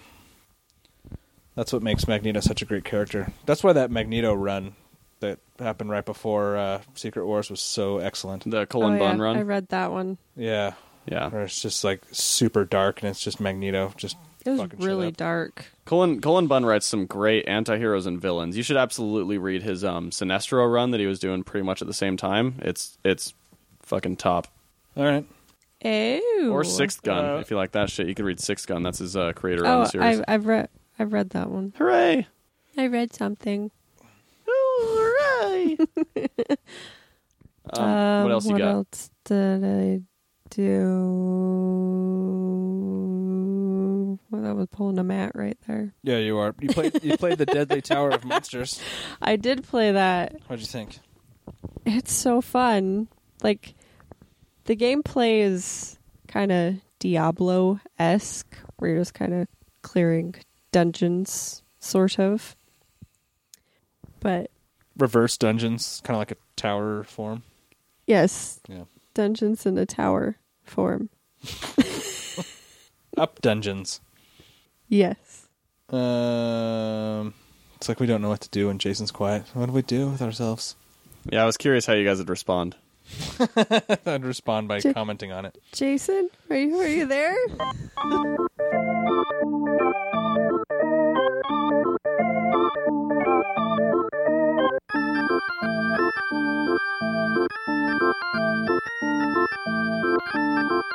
That's what makes Magneto such a great character. That's why that Magneto run that happened right before uh, Secret Wars was so excellent. The Cullen Oh, Bunn yeah, run. I read that one. Yeah, yeah. where it's just like super dark and it's just Magneto just It was fucking shit really up. dark. Colin Colin Bunn writes some great anti-heroes and villains. You should absolutely read his um, Sinestro run that he was doing pretty much at the same time. It's it's fucking top. All right. Ew. Or Sixth Gun, Uh, if you like that shit. You could read Sixth Gun. That's his uh, creator owned Oh, series. I've, I've read. I've read that one. Hooray! I read something. Oh, Hooray! um, Um, what else you what got? else did I do? Well, that was pulling a mat right there. Yeah, you are. You played. You played the Deadly Tower of Monsters. I did play that. What'd you think? It's so fun. Like the gameplay is kind of Diablo esque, where you're just kind of clearing dungeons, sort of. But Reverse dungeons, kind of like a tower form. yes, Yeah. dungeons in a tower form. Up dungeons. Yes. Um, it's like we don't know what to do when Jason's quiet. What do we do with ourselves? Yeah, I was curious how you guys would respond. I'd respond by J- commenting on it. Jason, are you are you there?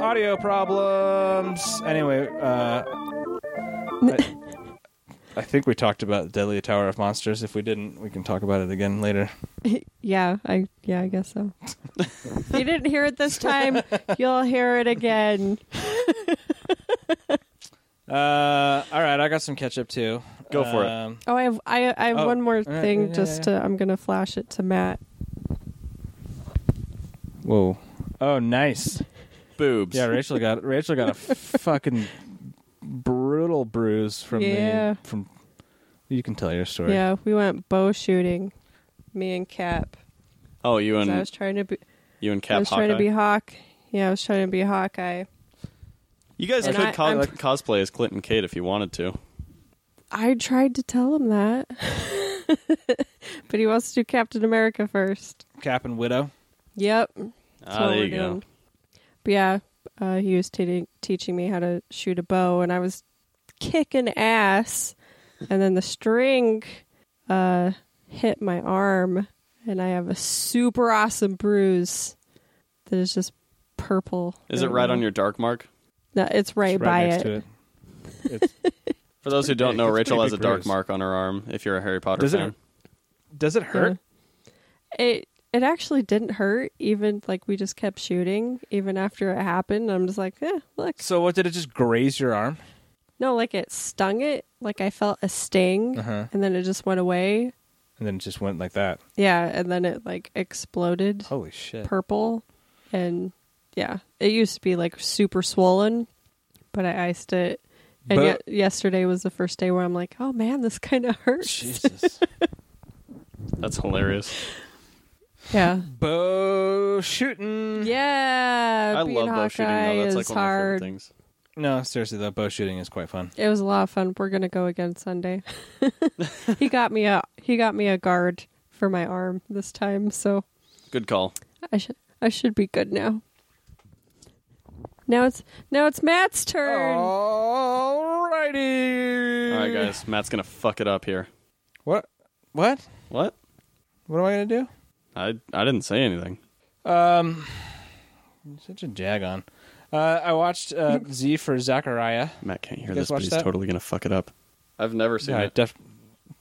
Audio problems. Anyway, uh, I, I think we talked about Deadly Tower of Monsters. If we didn't, we can talk about it again later. yeah, I yeah, I guess so. if you didn't hear it this time, you'll hear it again. Uh, all right, I got some catch up too. Go for it. Um, Oh, I have I, I have Oh, one more all right, thing. yeah, just yeah, to I'm gonna flash it to Matt. Whoa. Oh, nice. Boobs. Yeah, Rachel got Rachel got a fucking brutal bruise from Yeah. the from. You can tell your story. Yeah, we went bow shooting. Me and Cap. Oh, you 'Cause I and was trying to be. you and I Cap was trying to be Hawkeye. Hawk. Yeah, I was trying to be Hawkeye. You guys And could I- co- I'm- cosplay as Clinton Kate if you wanted to. I tried to tell him that, but he wants to do Captain America first. Cap and Widow. Yep. That's Ah, what there we're you go. doing. But yeah, uh, he was te- teaching me how to shoot a bow, and I was kicking ass. And then the string uh, hit my arm, and I have a super awesome bruise that is just purple. Is it Mm-hmm. right on your dark mark? No, it's right, It's by next it. to it. It's- For those who don't big. know, It's a Rachel pretty has a big dark bruise. mark on her arm. If you're a Harry Potter Does it- fan, Does it hurt? Uh-huh. It it actually didn't hurt. Even like we just kept shooting, even after it happened. I'm just like, yeah, look, So what did it just graze your arm? no, like it stung it. Like I felt a sting, Uh-huh. and then it just went away. And then it just went like that. Yeah, and then it like exploded Oh, Holy shit. purple and yeah, it used to be like super swollen, but I iced it. And But- yet yesterday was the first day where I'm like, "Oh man, this kind of hurts." Jesus. that's hilarious. Yeah. Bow shooting. Yeah, I Uh, being love bow Hawkeye shooting though. That's is like one of hard. my favorite things. No, seriously though, bow shooting is quite fun. It was a lot of fun. We're gonna go again Sunday. he got me a he got me a guard for my arm this time, so Good call. I should I should be good now. Now it's now it's Matt's turn. Alrighty. All Mm. right, guys. Matt's gonna fuck it up here. What? What? What? What am I gonna do? I I didn't say anything. Um, such a jag on. Uh, I watched uh, Z for Zachariah. Matt can't hear You guys this, but watch he's that? totally gonna fuck it up. I've never seen Yeah, I it. def-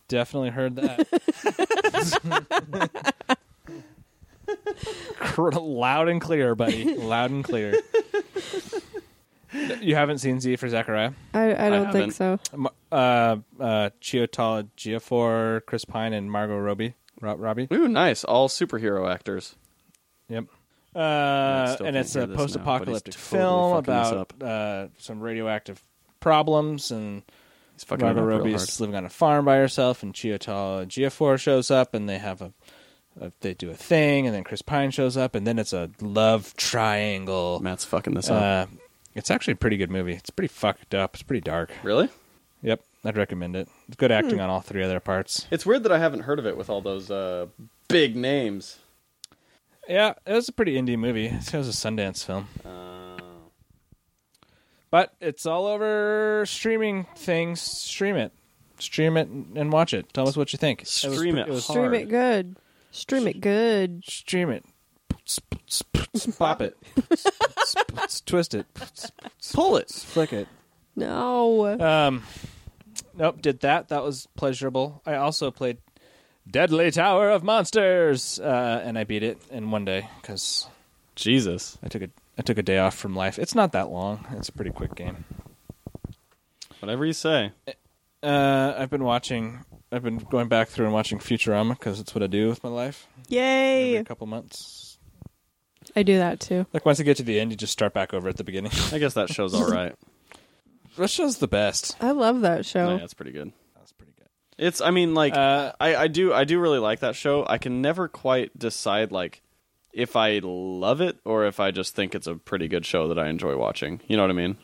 definitely heard that. Cr- Loud and clear, buddy. Loud and clear. you haven't seen Z for Zachariah? I, I don't haven't. think so. Um, Uh, uh, Chiwetel Ejiofor, Chris Pine, and Margot Robbie. Rob- Robbie. Ooh, nice. All superhero actors. Yep. Uh, still and can't it's a hear this now, but he's post-apocalyptic totally film fucking this about uh, some radioactive problems and He's fucking Margot it up real Robbie's living on a farm by herself, and Chiwetel Ejiofor shows up, and they have a, a they do a thing, and then Chris Pine shows up, and then it's a love hard. triangle. Matt's fucking this Uh, up. it's actually a pretty good movie. It's pretty fucked up. It's pretty dark. Really? Yep, I'd recommend it. It's good Hmm. acting on all three other parts. It's weird that I haven't heard of it with all those uh, big names. Yeah, it was a pretty indie movie. It was a Sundance film. Oh. But it's all over streaming things. Stream it. Stream it and watch it. Tell us what you think. It was- Stream it was hard. Stream it good. Stream it good. Stream it. Pop it. Twist it. Pull it. Flick it. No. Um, nope, did that. That was pleasurable. I also played Deadly Tower of Monsters, uh, and I beat it in one day because Jesus. I took a I took a day off from life. It's not that long. It's a pretty quick game. Whatever you say. Uh, I've been watching. I've been going back through and watching Futurama because it's what I do with my life. Every Yay. couple months, I do that too. like once you get to the end, you just start back over at the beginning. I guess that show's all right. that show's the best. I love that yeah, show. that's pretty good. That's pretty good. It's. I mean, like, Uh, I, I do. I do really like that show. I can never quite decide, like, if I love it or if I just think it's a pretty good show that I enjoy watching. You know what I mean?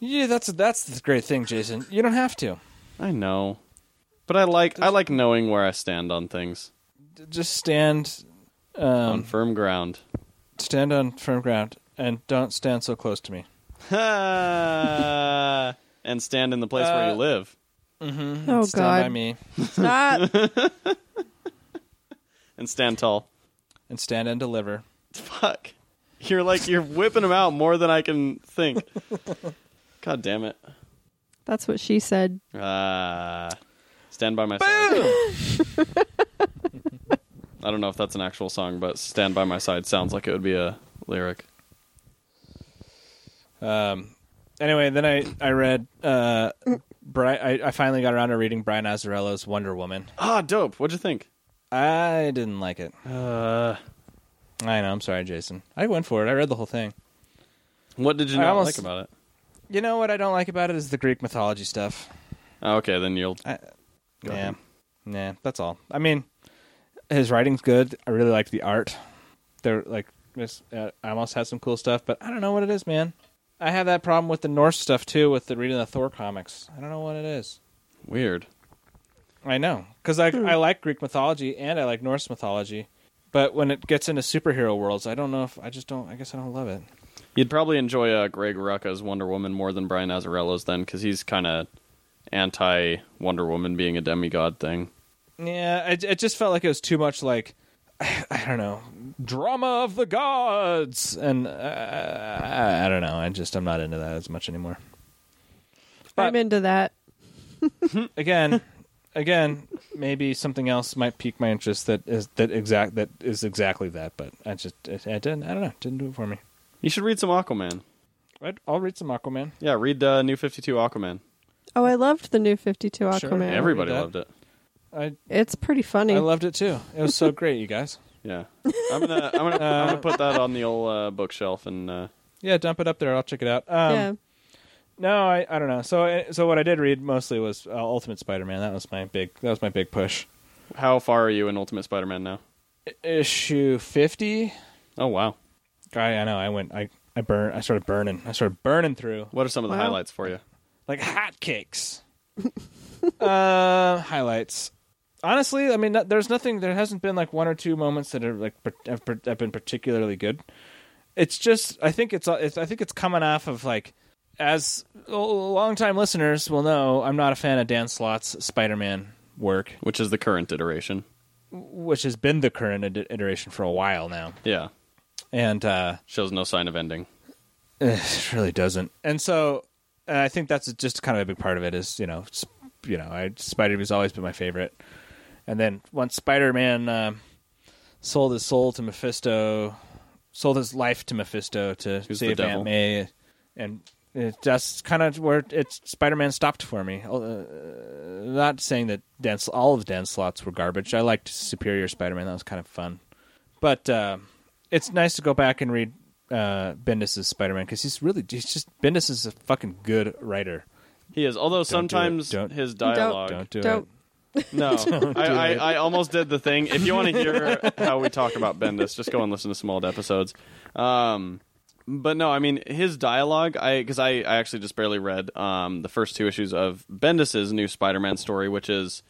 yeah, that's that's the great thing, Jason. You don't have to. I know, but I like. I like knowing where I stand on things D- Just stand on um, firm ground. stand on firm ground and don't stand so close to me. and stand in the place where Uh, you live oh stand by god. me Stop. and stand tall. and stand and deliver. Fuck. You're like you're whipping them out more than I can think. God damn it. That's what she said. Ah. stand by my side. I don't know if that's an actual song, but "Stand by My Side" sounds like it would be a lyric. Um, anyway, then I I read uh, Bri- I, I finally got around to reading Brian Azzarello's Wonder Woman. Ah, dope. What'd you think? I didn't like it. Uh, I know. I'm sorry, Jason. I went for it. I read the whole thing. what did you I not almost- like about it? You know what I don't like about it is the Greek mythology stuff. Oh, okay, then you'll. I, yeah, Go ahead. yeah. That's all. I mean, his writing's good. I really liked the art. There, like, this, uh, I almost had some cool stuff, but I don't know what it is, man. I have that problem with the Norse stuff too, with the reading the Thor comics. I don't know what it is. Weird. I know because I I like Greek mythology and I like Norse mythology, but when it gets into superhero worlds, I don't know if I just don't. I guess I don't love it. You'd probably enjoy uh, Greg Rucka's Wonder Woman more than Brian Azzarello's then, because he's kind of anti Wonder Woman being a demigod thing. Yeah, it, it just felt like it was too much like I don't know drama of the gods, and uh, I, I don't know. I just I'm not into that as much anymore. I'm into that. Again, again, maybe something else might pique my interest that is that exact that is exactly that. But I just I, I didn't I don't know It didn't do it for me. You should read some Aquaman. I'd, I'll read some Aquaman. Yeah, read uh, New Fifty Two Aquaman. Oh, I loved the new 52 Aquaman. Sure. Everybody read that. loved it. I It's pretty funny. I loved it too. It was so great, you guys. Yeah, I'm gonna I'm gonna, I'm gonna put that on the old uh, bookshelf and uh, Yeah, dump it up there. I'll check it out. Um, yeah. No, I, I don't know. So so what I did read mostly was uh, Ultimate Spider-Man. That was my big that was my big push. how far are you in Ultimate Spider-Man now? Issue 50. Oh wow, I I know. I went I I burn I started burning. I started burning through what are some of the Wow. highlights for you? like hotcakes. uh highlights. Honestly, I mean, no- there's nothing. There hasn't been like one or two moments that are like par- have, par- have been particularly good. It's just, I think it's, uh, it's, I think it's coming off of like, as long time listeners will know, I'm not a fan of Dan Slott's Spider-Man work, Which is the current iteration? which has been the current id- iteration for a while now, Yeah, and uh, shows no sign of ending. It really doesn't. And so and I think that's just kind of a big part of it is, you know, sp- you know, I Spider has always been my favorite. And then once Spider-Man um, sold his soul to Mephisto, sold his life to Mephisto to Who's the save devil. Aunt May and it, that's kind of where it's Spider-Man stopped for me. Uh, not saying that Dan, all of Dan slots were garbage. I liked Superior Spider-Man. That was kind of fun. But uh, it's nice to go back and read uh, Bendis's Spider Man because he's really he's just Bendis is a fucking good writer. He is. Although sometimes Don't- his Don't- dialog Don't do Don't. No, I, I, I almost did the thing. If you want to hear how we talk about Bendis, just go and listen to some old episodes. Um, but no, I mean his dialogue. I because I, I actually just barely read um, the first two issues of Bendis's new Spider-Man story, which is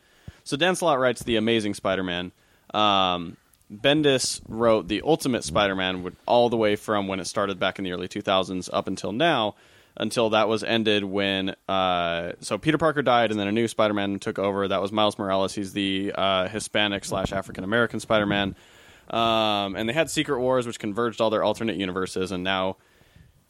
so Dan Slott writes the Amazing Spider-Man. Um, Bendis wrote the Ultimate Spider-Man with- all the way from when it started back in the early 2000s up until now, until that was ended when uh, so Peter Parker died and then a new Spider-Man took over. That was Miles Morales. He's the uh, Hispanic slash African American Spider-Man. Um, and they had Secret Wars, which converged all their alternate universes, and now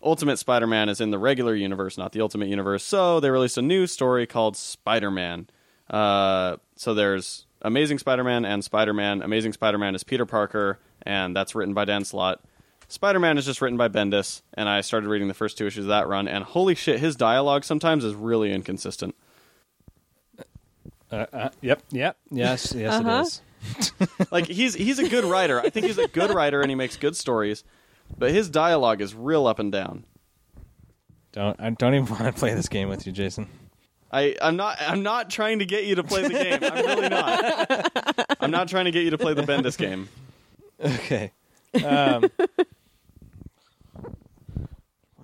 Ultimate Spider Man is in the regular universe, not the Ultimate Universe. So they released a new story called Spider Man. Uh, so there's Amazing Spider Man and Spider Man. Amazing Spider Man is Peter Parker, and that's written by Dan Slott. Spider Man is just written by Bendis, and I started reading the first two issues of that run, and holy shit, his dialogue sometimes is really inconsistent. Uh, uh, yep, yep, yes, yes, it Uh-huh. is. like he's he's a good writer. I think he's a good writer and he makes good stories, but his dialogue is real up and down. Don't I don't even want to play this game with you, Jason. I I'm not I'm not trying to get you to play the game. I'm really not. I'm not trying to get you to play the Bendis game. Okay. Um, what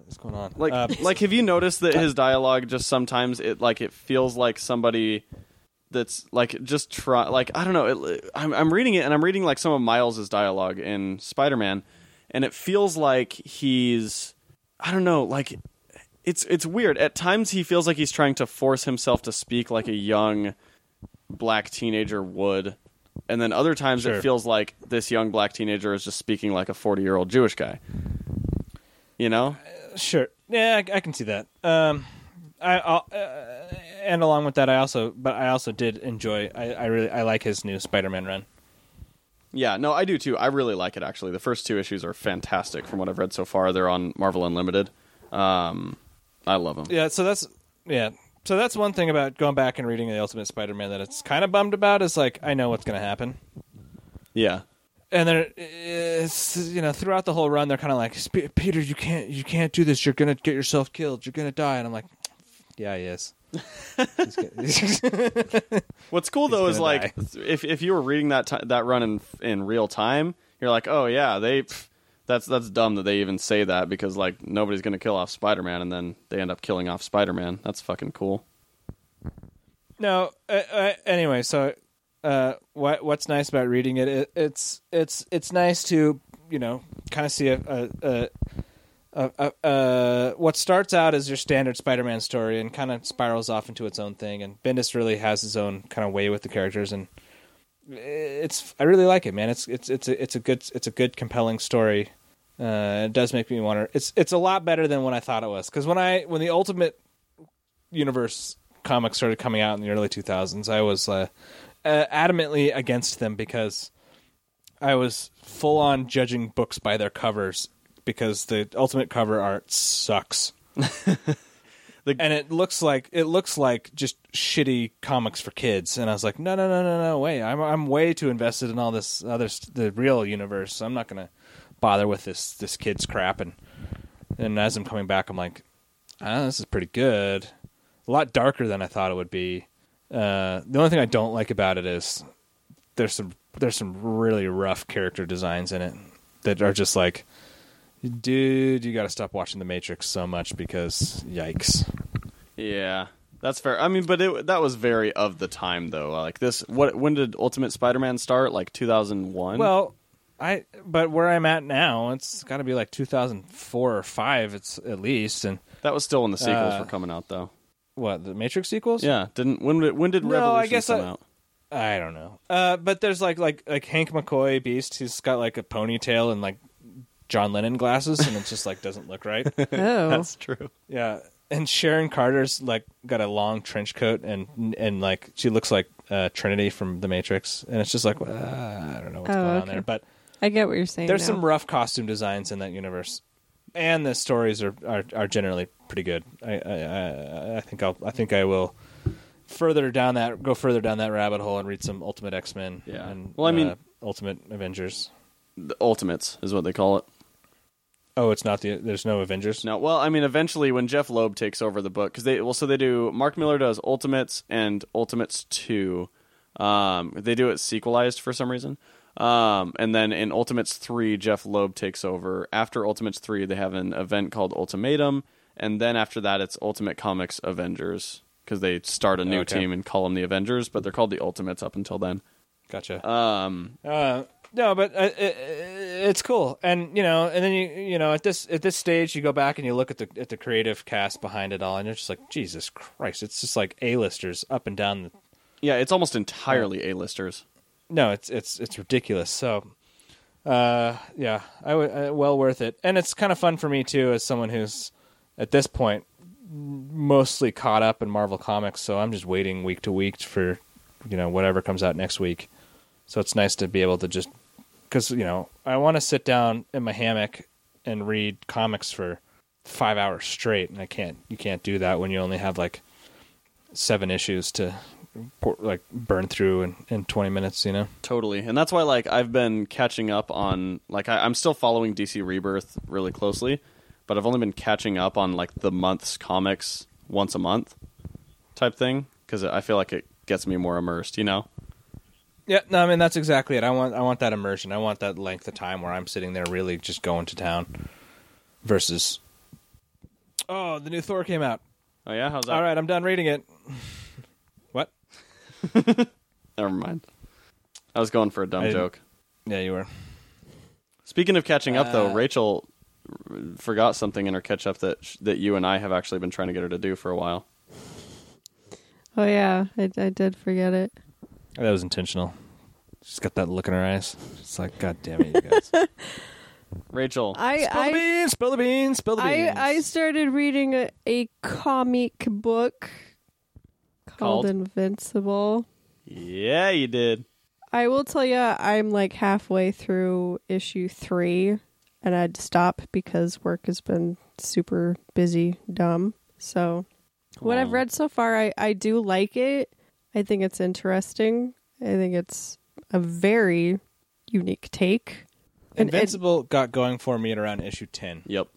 is going on? Like Uh, like have you noticed that his dialogue just sometimes it like it feels like somebody that's like just try like I don't know. It, I'm I'm reading it and I'm reading like some of Miles's dialogue in Spider Man, and it feels like he's I don't know like it's it's weird. At times he feels like he's trying to force himself to speak like a young black teenager would. And then other times Sure. it feels like this young black teenager is just speaking like a 40-year-old Jewish guy. You know? Sure. Yeah, I, I can see that. Um, I I'll, uh, and along with that, I also but I also did enjoy. I, I really I like his new Spider-Man run. Yeah, no, I do too. I really like it actually. The first two issues are fantastic from what I've read so far. They're on Marvel Unlimited. Um, I love them. Yeah. So that's yeah. So that's one thing about going back and reading the Ultimate Spider-Man that it's kind of bummed about is like I know what's going to happen. Yeah. And then it's you know throughout the whole run they're kind of like "Sp- Peter you can't you can't do this you're gonna get yourself killed you're gonna die and I'm like yeah he is He's gonna- What's cool though He's is gonna like if if you were reading that ti that run in in real time, you're like, "Oh yeah, they pff, that's that's dumb that they even say that because like nobody's going to kill off Spider-Man and then they end up killing off Spider-Man. That's fucking cool." No. Uh, uh, anyway, so uh, what what's nice about reading it, it? It's it's it's nice to you know kind of see a a. a uh, uh, uh, what starts out as your standard Spider-Man story and kind of spirals off into its own thing, and Bendis really has his own kind of way with the characters, and it's I really like it, man. It's it's it's a it's a good it's a good compelling story. Uh, it does make me wonder. It's it's a lot better than what I thought it was because when I when the Ultimate Universe comics started coming out in the early 2000s, I was uh, uh, adamantly against them because I was full on judging books by their covers because the Ultimate cover art sucks. and it looks like it looks like just shitty comics for kids and i was like no no no no no wait i'm i'm way too invested in all this other st- the real universe i'm not going to bother with this this kids crap and and as i'm coming back i'm like ah, this is pretty good a lot darker than i thought it would be uh the only thing i don't like about it is there's some there's some really rough character designs in it that are just like dude you got to stop watching the matrix so much because yikes Yeah. That's fair. I mean, but it, that was very of the time though. Like this what when did Ultimate Spider-Man start? Like 2001? Well, I but where I'm at now, it's got to be like 2004 or five, it's at least. And that was still when the sequels uh, were coming out though. what the Matrix sequels? Yeah, didn't when did- when did No, I Revolution guess come I- out? I don't know. Uh, but there's like like like Hank McCoy Beast. He's got like a ponytail and like John Lennon glasses, and it just like doesn't look right. Oh. true. yeah. And Sharon Carter's like got a long trench coat and and like she looks like uh, Trinity from The Matrix, and it's just like uh, I don't know what's Oh, going on okay. there, but. I get what you're saying. There's now. some rough costume designs in that universe, and the stories are, are, are generally pretty good. I, I I I think I'll I think I will further down that go further down that rabbit hole and read some Ultimate X Men. Yeah. And, Well, I mean- uh, Ultimate Avengers. the Ultimates is what they call it. Oh, it's not the. There's no Avengers. No, well, I mean, eventually when Jeff Loeb takes over the book, because they well, so they do. Mark Miller does Ultimates and Ultimates Two. Um, they do it sequelized for some reason. Um, and then in Ultimates Three, Jeff Loeb takes over. After Ultimates Three, they have an event called Ultimatum, and then after that, it's Ultimate Comics Avengers because they start a new Okay. team and call them the Avengers, but they're called the Ultimates up until then. Gotcha. Um, Uh, no, but uh, it, it's cool, and you know, and then you you know at this at this stage you go back and you look at the at the creative cast behind it all, and you're just like Jesus Christ, it's just like A listers up and down. The, yeah, it's almost entirely A-listers. no, it's it's it's ridiculous. So, uh, yeah, I would uh, well worth it, and it's kind of fun for me too as someone who's at this point mostly caught up in Marvel comics. So I'm just waiting week to week for you know whatever comes out next week. So it's nice to be able to just because you know I want to sit down in my hammock and read comics for five hours straight, and I can't. You can't do that when you only have like seven issues to pour- like burn through in, in 20 minutes. You know. Totally, and that's why like I've been catching up on like I, I'm still following DC Rebirth really closely, but I've only been catching up on like the month's comics once a month type thing because I feel like it gets me more immersed. You know? Yeah, no, I mean that's exactly it. I want I want that immersion. I want that length of time where I'm sitting there really just going to town versus Oh, the new Thor came out. Oh yeah, how's that? All right, I'm done reading it. what? Never mind. I was going for a dumb I didn't- joke. Yeah, you were. Speaking of catching up, Uh, though, Rachel r- forgot something in her catch up that sh- that you and I have actually been trying to get her to do for a while. Oh yeah, I, I did forget it. That was intentional. She's got that look in her eyes. It's like, God damn it, you guys. spill Rachel, I the I beans, spill the beans, spill the beans. I, I started reading a, a comic book Called? called Invincible. yeah, you did. I will tell you, I'm like halfway through issue three, and I'd stop because work has been super busy, dumb. So, what I've Wow. read so far, I, I do like it. I think it's interesting. I think it's a very unique take. And it- Invincible got going for me at around issue ten. Yep.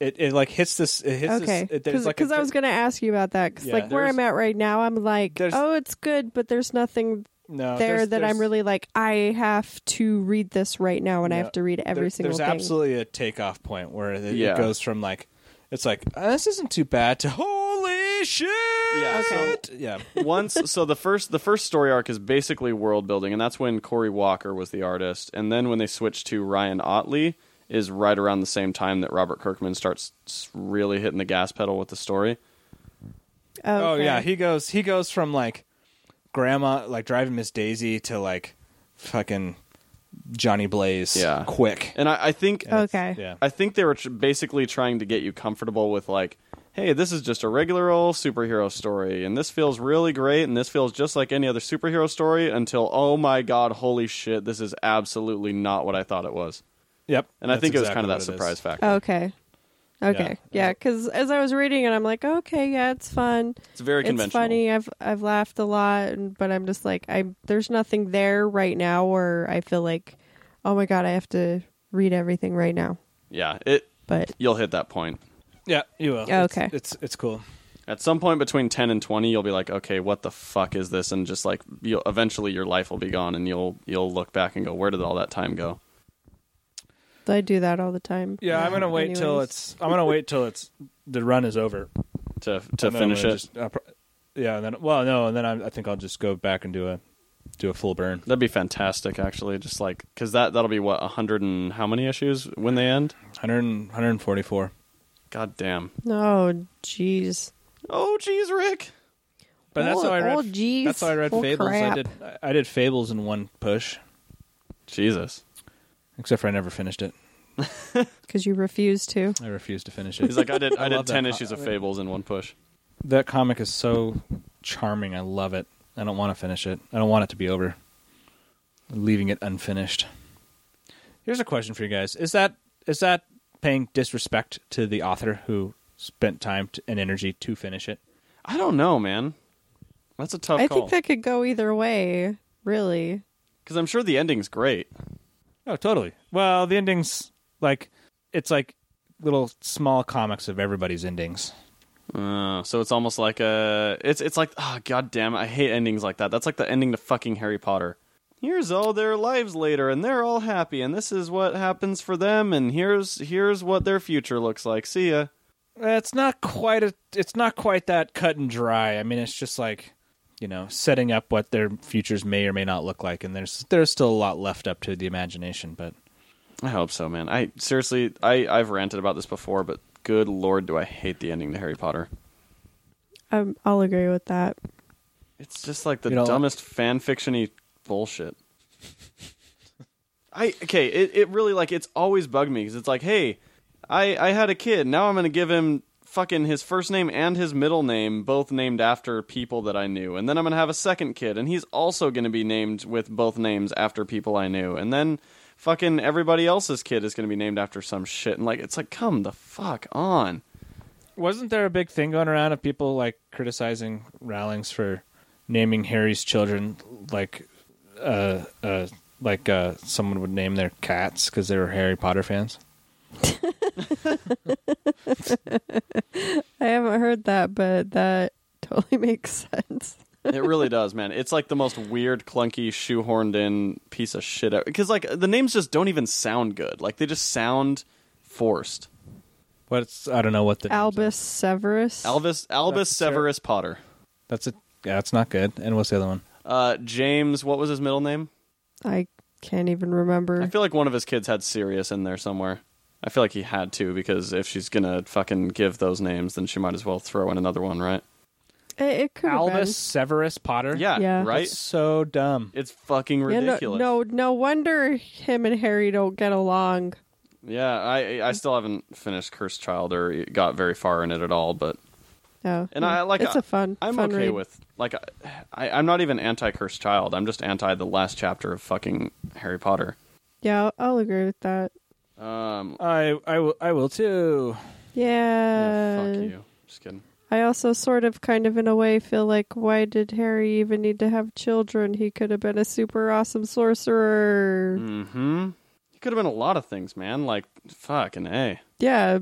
It it like hits this it hits okay, this it- there's because like a I was di- going to ask you about that. Because Yeah. like where There's- I'm at right now, I'm like, there's- oh, it's good, but there's nothing no, there there's- that I'm there's- really like. I have to read this right now, and I No, have to read every there- single there's thing. absolutely a takeoff point where it, it Yeah. goes from like it's like "Uh, this isn't too bad to holy shit Yeah, so- yeah once so the first the first story arc is basically world building and that's when corey walker was the artist and then when they switched to ryan otley is right around the same time that robert kirkman starts s- really hitting the gas pedal with the story oh Okay. yeah he goes he goes from like grandma like driving miss daisy to like fucking johnny blaze Yeah. quick and i, I think okay. yeah i think they were tr- basically trying to get you comfortable with like hey this is just a regular old superhero story and this feels really great and this feels just like any other superhero story until oh my god holy shit this is absolutely not what i thought it was yep and i That's think it was exactly kind of what that is. surprise factor Okay. Okay. Yeah. Because as I was reading it, I'm like, okay, yeah, it's fun. it's very It's conventional funny. I've I've laughed a lot, and, but I'm just like, I there's nothing there right now where I feel like, oh my god, I have to read everything right now. Yeah, it But you'll hit that point. yeah you will Yeah, It's- Oh, okay. it's it's cool At some point between 10 and 20, you'll be like, "Okay, what the fuck is this?" and just like you'll eventually your life will be gone and you'll you'll look back and go, "Where did all that time go?" I do that all the time. yeah i'm gonna wait till Anyways. it's i'm gonna wait till it's the run is over To to And then I'm finish gonna it. just- I'll pro- yeah, and then well, no, and then I, I think I'll just go back and do a do a full burn. That'd be fantastic actually, just like cuz that that'll be what 100 and how many issues when they end? 100, 144. God damn. Oh, jeez. Oh jeez, Rick. But that's Oh, how I read. oh, geez. That's how I read Oh, Fables. I crap. did I- I did Fables in one push, Jesus. except for I never finished it. Because you refuse to. Oh, I refused to finish it. He's like, "I did I, I did love that 10 co- issues of Fables in one push." that comic is so charming. I love it. I don't want to finish it. I don't want it to be over. Leaving it unfinished. Here's a question for you guys: Is that is that paying disrespect to the author who spent time t- and energy to finish it? I don't know, man. That's a tough I call. think that could go either way. Really. Cuz I'm sure the ending's great. Oh, totally. Well, the endings like it's like little small comics of everybody's endings. Uh, so it's almost like a it's it's like oh god damn it, I hate endings like that. That's like the ending to fucking Harry Potter. Here's all their lives later and they're all happy and this is what happens for them and here's here's what their future looks like. See ya. It's not quite a it's not quite that cut and dry. I mean, it's just like you know setting up what their futures may or may not look like, and there's there's still a lot left up to the imagination. But I hope so, man. I seriously I I've ranted about this before, but good lord do I hate the ending to Harry Potter. Um, I'll agree with that. It's just like the You know, like- dumbest fan fictiony bullshit. I okay, it, it really like it's always bugged me because it's like, hey, I I had a kid. Now I'm gonna give him fucking his first name and his middle name both named after people that I knew, and then I'm gonna have a second kid, and he's also gonna be named with both names after people I knew, and then fucking everybody else's kid is gonna be named after some shit, and like it's like, come the fuck on. wasn't there a big thing going around of people like criticizing Rowling's for naming Harry's children like uh uh like uh someone would name their cats because they were Harry Potter fans? I haven't heard that, but that totally makes sense. it really does, man. It's like the most weird, clunky, shoehorned in piece of shit. Because like the names just don't even sound good. Like they just sound forced. What's I don't know what the Albus Severus. Albus Albus That's ter- Severus Potter. That's a yeah, that's not good. And what's the other one? Uh, James, what was his middle name? I can't even I remember. feel like one of his kids had Sirius in there somewhere. I feel like he had to because if she's gonna fucking give those names, then she might as well throw in another one, right? it it could have Albus Severus Potter. Yeah, Yeah. right. That's so dumb. It's fucking been. Yeah, no- ridiculous. no, no wonder him and Harry don't get along. Yeah, I I still haven't finished Cursed Child or got very far in it at all, but No, And I like it's I, a fun. I'm fun okay read. with like I, I I'm not even anti cursed child. I'm just anti the last chapter of fucking Harry Potter. Yeah, I'll, I'll agree with that. Um, I I will I will too. Yeah. yeah, Uh, fuck you. Just kidding. I also sort of, kind of, in a way, feel like why did Harry even need to have children? He could have been a super awesome sorcerer. Hmm. It could have been a lot of things, man. Like fucking a. Yeah,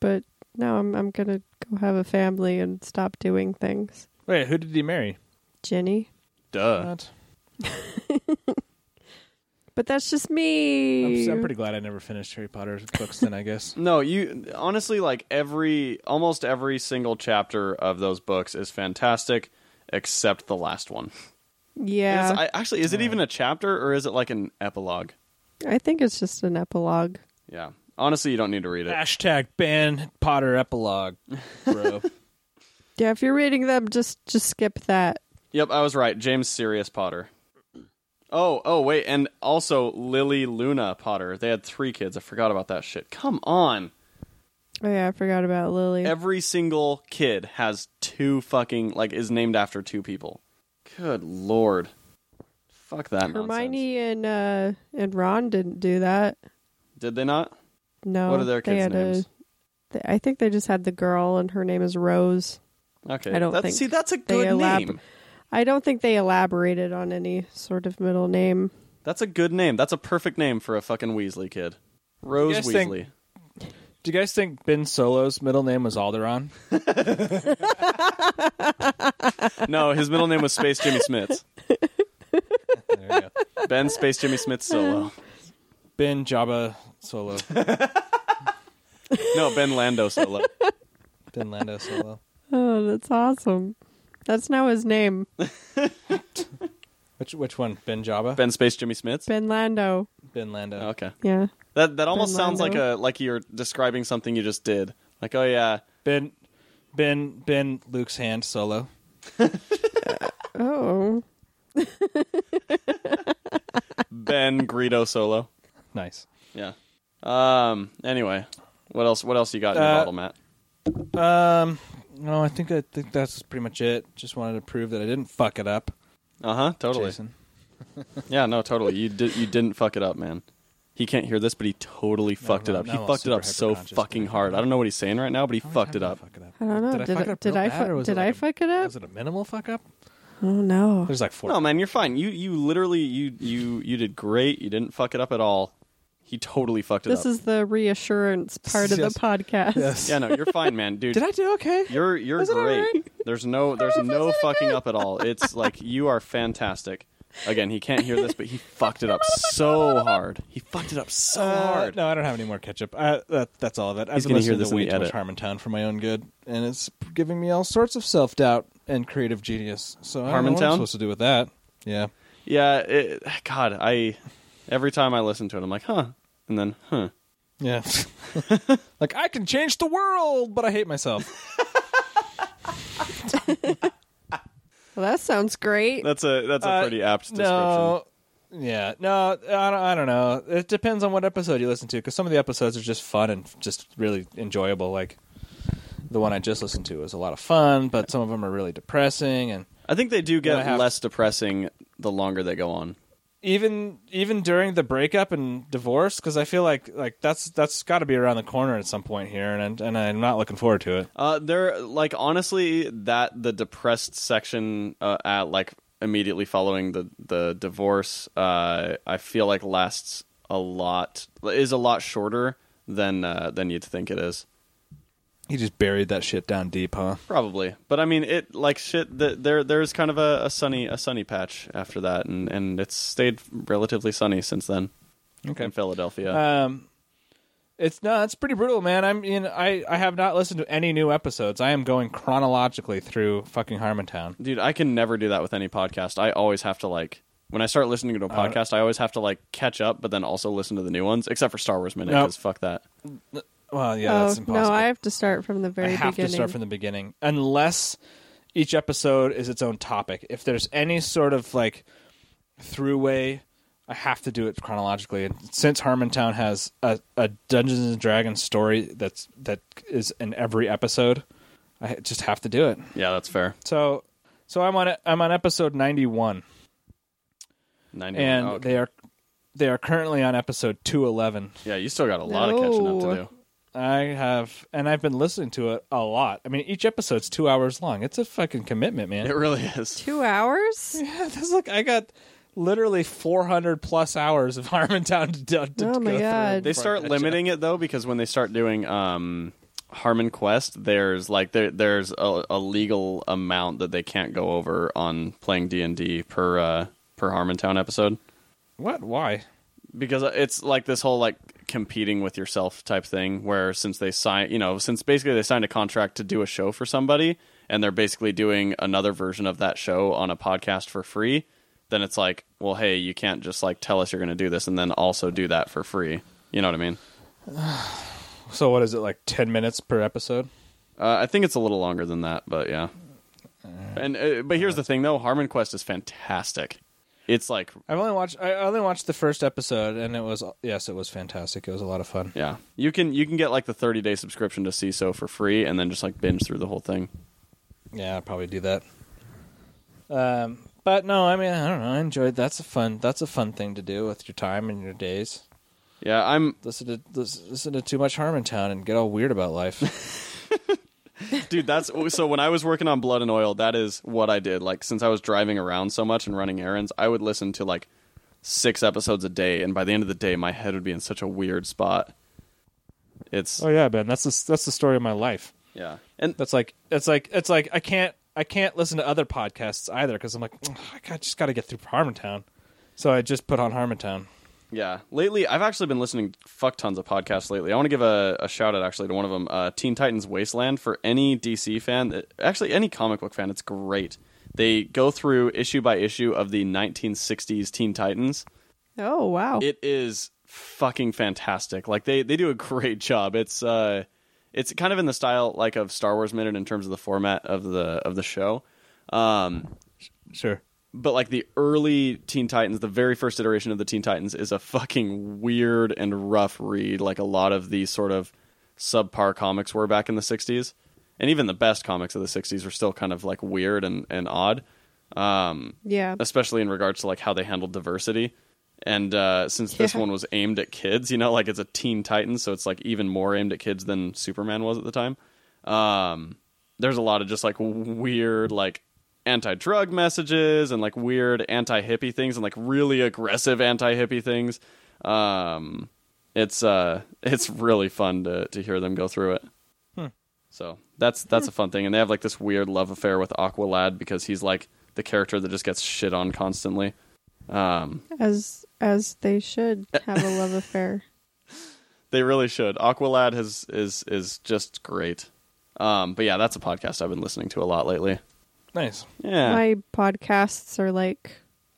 but now I'm I'm gonna go have a family and stop doing things. Wait, who did he marry? Jenny. Uh, Duh. What? But that's just me. I'm, I'm pretty glad I never finished Harry Potter's books. Then I guess No, you honestly like every almost every single chapter of those books is fantastic, except the last one. And yeah. it's- I, actually, is it even a chapter or is it like an epilogue? I, think it's just an epilogue. Yeah. Honestly, you don't need to read it. hashtag ban Potter epilogue, bro. Yeah, if you're reading them, just just skip that. Yep, I was right. James Sirius Potter. Oh, oh, wait, and also Lily Luna Potter. They had three kids. I forgot about that shit. Come on. Oh yeah, I forgot about Lily. Every single kid has two fucking like is named after two people. Good lord. Fuck that nonsense. Hermione and uh and Ron didn't do that. Did they not? No. What are their they kids' had a- names? they- I think they just had the girl and her name is Rose. Okay. I don't that's, think see that's a good elab- name. I don't think they elaborated on any sort of middle name. That's a good name. That's a perfect name for a fucking Weasley kid. Rose guys Weasley. think- Do you guys think Ben Solo's middle name was Alderon? No, his middle name was Space Jimmy Smith. There you go. Ben Space Jimmy Smith solo. Ben Jabba Solo. No, Ben Lando solo. Ben Lando Solo. Oh, that's awesome. That's now his name. Which which one? Ben Jabba. Ben Space Jimmy Smith. Ben Lando. Ben Lando. Okay, Yeah. that that almost sounds like Lando. a like you're describing something you just did. Like, oh yeah, Ben Ben Ben Luke's hand Solo. Oh. Ben Greedo solo. Nice. Yeah. Um. Anyway, what else? What else you got in your Uh, bottle, Matt? Um. No, I think I think that's pretty much it. Just wanted to prove that I didn't fuck it up. Uh huh. Totally. Jason. Yeah. No. Totally. You did. You didn't fuck it up, man. He can't hear this, but he totally fucked no, it up. no, he I'm fucked it super up so hyperconscious, fucking man. hard. I don't know what he's saying right now, but he How many fucked times it did up. Fuck it up. I don't know. Did, fuck I, it up did real I bad, or fuck was did it I like a- fuck it up? Was it a minimal fuck up? Oh no. There's like four. No, man, you're fine. You you literally you you you did great. You didn't fuck it up at all. He totally fucked it This up. is the reassurance part of Yes. the podcast. yeah, no, you're fine, man, dude. Did I do okay? You're you're Was it all great. right? There's no there's no fucking up at all. It's like you are fantastic. Again, he can't hear this, but he fucked it up so hard. He fucked it up so Uh, hard. No, I don't have any more ketchup. I, that, that's all of it. I've He's been gonna hear listening this to in way the too much edit. Harmontown for my own good, and it's giving me all sorts of self doubt and creative genius. So I don't know what Harmontown? I'm supposed to do with that. Yeah, Yeah, it, God, I every time I listen to it, I'm like, huh, and then huh. yeah. like I can change the world, but I hate myself. Well, that sounds great. That's a that's a Uh, pretty apt description. no. Yeah, no, I don't, I don't know. It depends on what episode you listen to, because some of the episodes are just fun and just really enjoyable. Like the one I just listened to was a lot of fun, but some of them are really depressing and. I think they do I get have- less depressing the longer they go on. even even during the breakup and divorce because I feel like like that's that's got to be around the corner at some point here, and and I'm not looking forward to it. Uh, they're like honestly that the depressed section uh, at like immediately following the the divorce, uh, I feel like lasts a lot is a lot shorter than uh, than you'd think it is. He just buried that shit down deep, huh? Probably, but I mean, it like shit. Th- there, there's kind of a, a sunny, a sunny patch after that, and and it's stayed relatively sunny since then Okay. in Philadelphia. Um, it's no, it's pretty brutal, man. I'm in. I I have not listened to any new episodes. I am going chronologically through fucking Harmontown. Dude, I can never do that with any podcast. I always have to like when I start listening to Uh, a podcast, I always have to like catch up, but then also listen to the new ones, except for Star Wars Minute, Nope. because fuck that. Well, yeah, that's oh, impossible. no, I have to start from the very I have beginning. to start from the beginning, unless each episode is its own topic. If there's any sort of like throughway, I have to do it chronologically. And since Harmontown has a, a Dungeons and Dragons story that's that is in every episode, I just have to do it. Yeah, that's fair. So, so I'm on I'm on episode 91, Ninety. and oh, okay. they are they are currently on episode 211. yeah, you still got a lot of catching up to No. do. I have, and I've been listening to it a lot. I mean, each episode's two hours long. It's a fucking commitment, man. It really is. Two hours? Yeah, that's like I got literally 400 plus hours of Harmontown to, to, to Oh go my through God. They before I start catch up. limiting it though, because when they start doing um Harmon Quest, there's like there there's a, a legal amount that they can't go over on playing D and D per uh per Harmontown episode. What? Why? because it's like this whole like competing with yourself type thing where since they sign you know since basically they signed a contract to do a show for somebody and they're basically doing another version of that show on a podcast for free then it's like well hey you can't just like tell us you're going to do this and then also do that for free you know what i mean So what is it like 10 minutes per episode? uh, i think it's a little longer than that but yeah and uh, but here's the thing though harmon quest is fantastic it's like I've only watched I only watched the first episode and it was yes, it was fantastic. It was a lot of fun. yeah you can you can get like the 30 day subscription to CISO for free and then just like binge through the whole thing Yeah, I'd probably do that. Um but no, I mean, I don't know. I enjoyed that's a fun that's a fun thing to do with your time and your days. Yeah, I'm Listen to listen, listen to too much Harmontown and get all weird about life. dude, that's so when I was working on Blood and Oil, that is what I did. Like since I was driving around so much and running errands, I would listen to like six episodes a day and by the end of the day my head would be in such a weird spot. It's Oh, yeah, Ben. That's the, that's the story of my life. yeah. And That's like that's like it's like I can't I can't listen to other podcasts either because I'm like "Ugh, I got, just got to get through Harmontown, so I just put on Harmontown. yeah, lately I've actually been listening to fuck tons of podcasts lately. I want to give a, a shout out actually to one of them, uh, Teen Titans Wasteland for any DC fan, that- actually any comic book fan, it's great. They go through issue by issue of the 1960s Teen Titans. Oh, wow. it is fucking fantastic like they they do a great job it's uh it's kind of in the style like of star wars minute in terms of the format of the of the show um Sure. but like the early teen titans the very first iteration of the teen titans is a fucking weird and rough read like a lot of the sort of subpar comics were back in the 60s and even the best comics of the 60s are still kind of like weird and and odd um yeah. especially in regards to like how they handled diversity. And uh, since this Yeah. one was aimed at kids, you know, like it's a Teen Titans, so it's like even more aimed at kids than Superman was at the time. Um, there's a lot of just like weird, like anti-drug messages and like weird anti-hippie things and like really aggressive anti-hippie things. Um, it's uh it's really fun to to hear them go through it. So that's that's a fun thing, and they have like this weird love affair with Aqualad because he's like the character that just gets shit on constantly. Um, as as they should have a love affair. they really should. Aqualad has is is just great. Um, but yeah, that's a podcast I've been listening to a lot lately. Nice. Yeah. My podcasts are like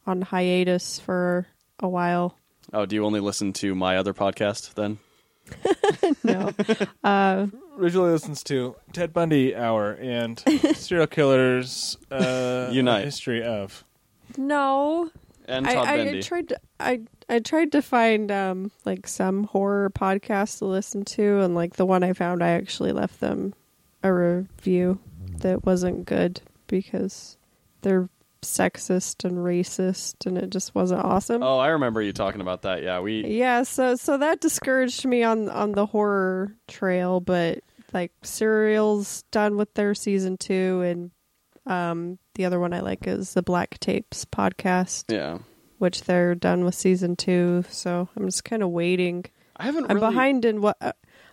on hiatus for a while. oh, do you only listen to my other podcast then? No, Originally listens to Ted Bundy Hour and Serial Killers uh, Unite. History of. no. And Todd I, I Bendy. tried to I I tried to find um like some horror podcast to listen to, and like the one I found, I actually left them a review that wasn't good because they're sexist and racist, and it just wasn't awesome. oh, I remember you talking about that. Yeah, we Yeah, so so that discouraged me on on the horror trail, but like Serial's done with their season two, and um the other one I like is the Black Tapes podcast, yeah. which they're done with season two. So I'm just kind of waiting. I haven't. I'm really... behind in what uh,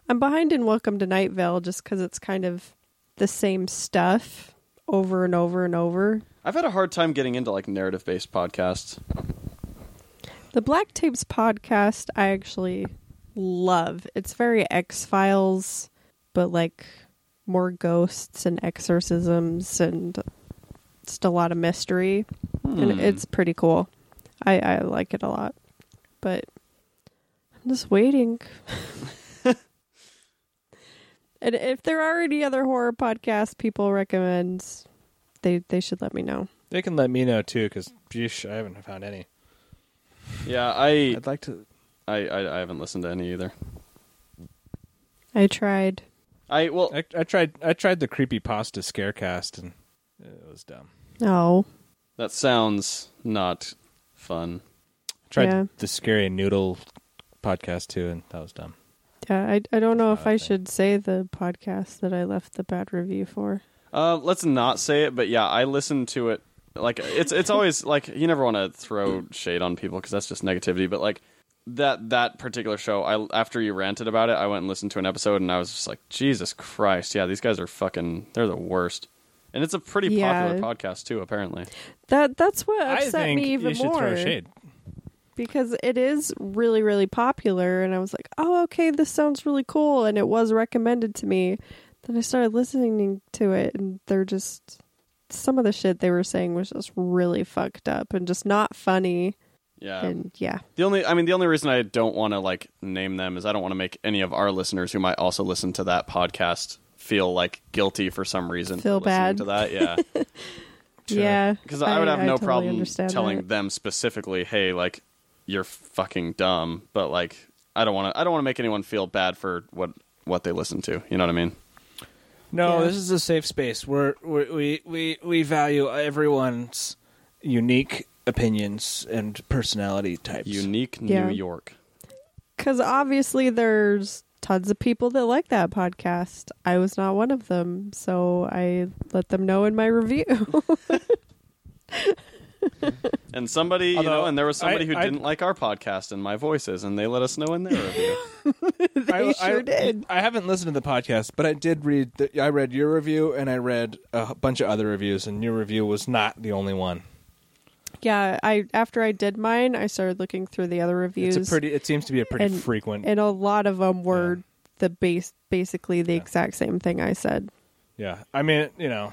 I'm behind in Welcome to Night Vale just because it's kind of the same stuff over and over and over. I've had a hard time getting into like narrative based podcasts. The Black Tapes podcast, I actually love. It's very X Files, but like more ghosts and exorcisms and just a lot of mystery. Hmm. And it's pretty cool. I, I like it a lot. But I'm just waiting. and if there are any other horror podcasts people recommend, they, they should let me know. They can let me know too, because I haven't found any. Yeah, I, I'd like to. I I I haven't listened to any either. I tried. I well, I, I tried. I tried the creepy pasta scarecast, and it was dumb. Oh. that sounds not fun. I tried Yeah. the scary noodle podcast too, and that was dumb. Yeah, I, I don't know if I I think. should say the podcast that I left the bad review for. Uh, let's not say it, but yeah, I listened to it. Like it's it's always like you never want to throw shade on people because that's just negativity. But like that that particular show, I after you ranted about it, I went and listened to an episode, and I was just like, Jesus Christ, yeah, these guys are fucking, they're the worst. And it's a pretty Yeah. popular podcast too, apparently. That that's what I upset think me even you should more throw shade. because it is really really popular, and I was like, oh okay, this sounds really cool, and it was recommended to me. Then I started listening to it, and they're just some of the shit they were saying was just really fucked up and just not funny, Yeah. and yeah, The only, I mean, the only reason I don't want to like name them is I don't want to make any of our listeners who might also listen to that podcast feel like guilty for some reason. Feel for listening bad. to that, yeah, Sure. yeah, because I would have no totally problem understand telling that. them specifically, hey, like you're fucking dumb, but like I don't want to, I don't want to make anyone feel bad for what what they listen to. You know what I mean? No, Yeah. this is a safe space. We're, we're we we we value everyone's unique opinions and personality types. Unique Yeah. New York. Because obviously, there's tons of people that like that podcast. I was not one of them, so I let them know in my review. And somebody, you Although, know, and there was somebody I- who I- didn't like our podcast and my voices, and they let us know in their review. I, sure I, did. I haven't listened to the podcast, but I did read. The, I read your review, and I read a h- bunch of other reviews, and your review was not the only one. yeah, I after I did mine, I started looking through the other reviews, It's a pretty. It seems to be a pretty And- frequent. and a lot of them were the base, basically the exact same thing I said. yeah, I mean, you know,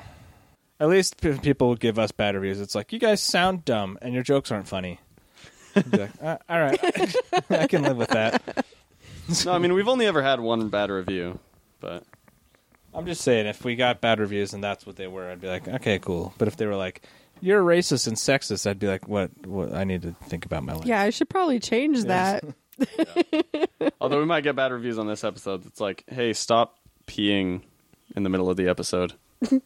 at least p- people give us bad reviews. It's like you guys sound dumb, and your jokes aren't funny. I'd be like, "Uh, all right, I can live with that. no, I mean we've only ever had one bad review, but. I'm just saying, if we got bad reviews and that's what they were, I'd be like, okay, cool. But if they were like, you're racist and sexist, I'd be like, what? What? I need to think about my life. Yeah, I should probably change that. Although we might get bad reviews on this episode. It's like, hey, stop peeing in the middle of the episode. Th-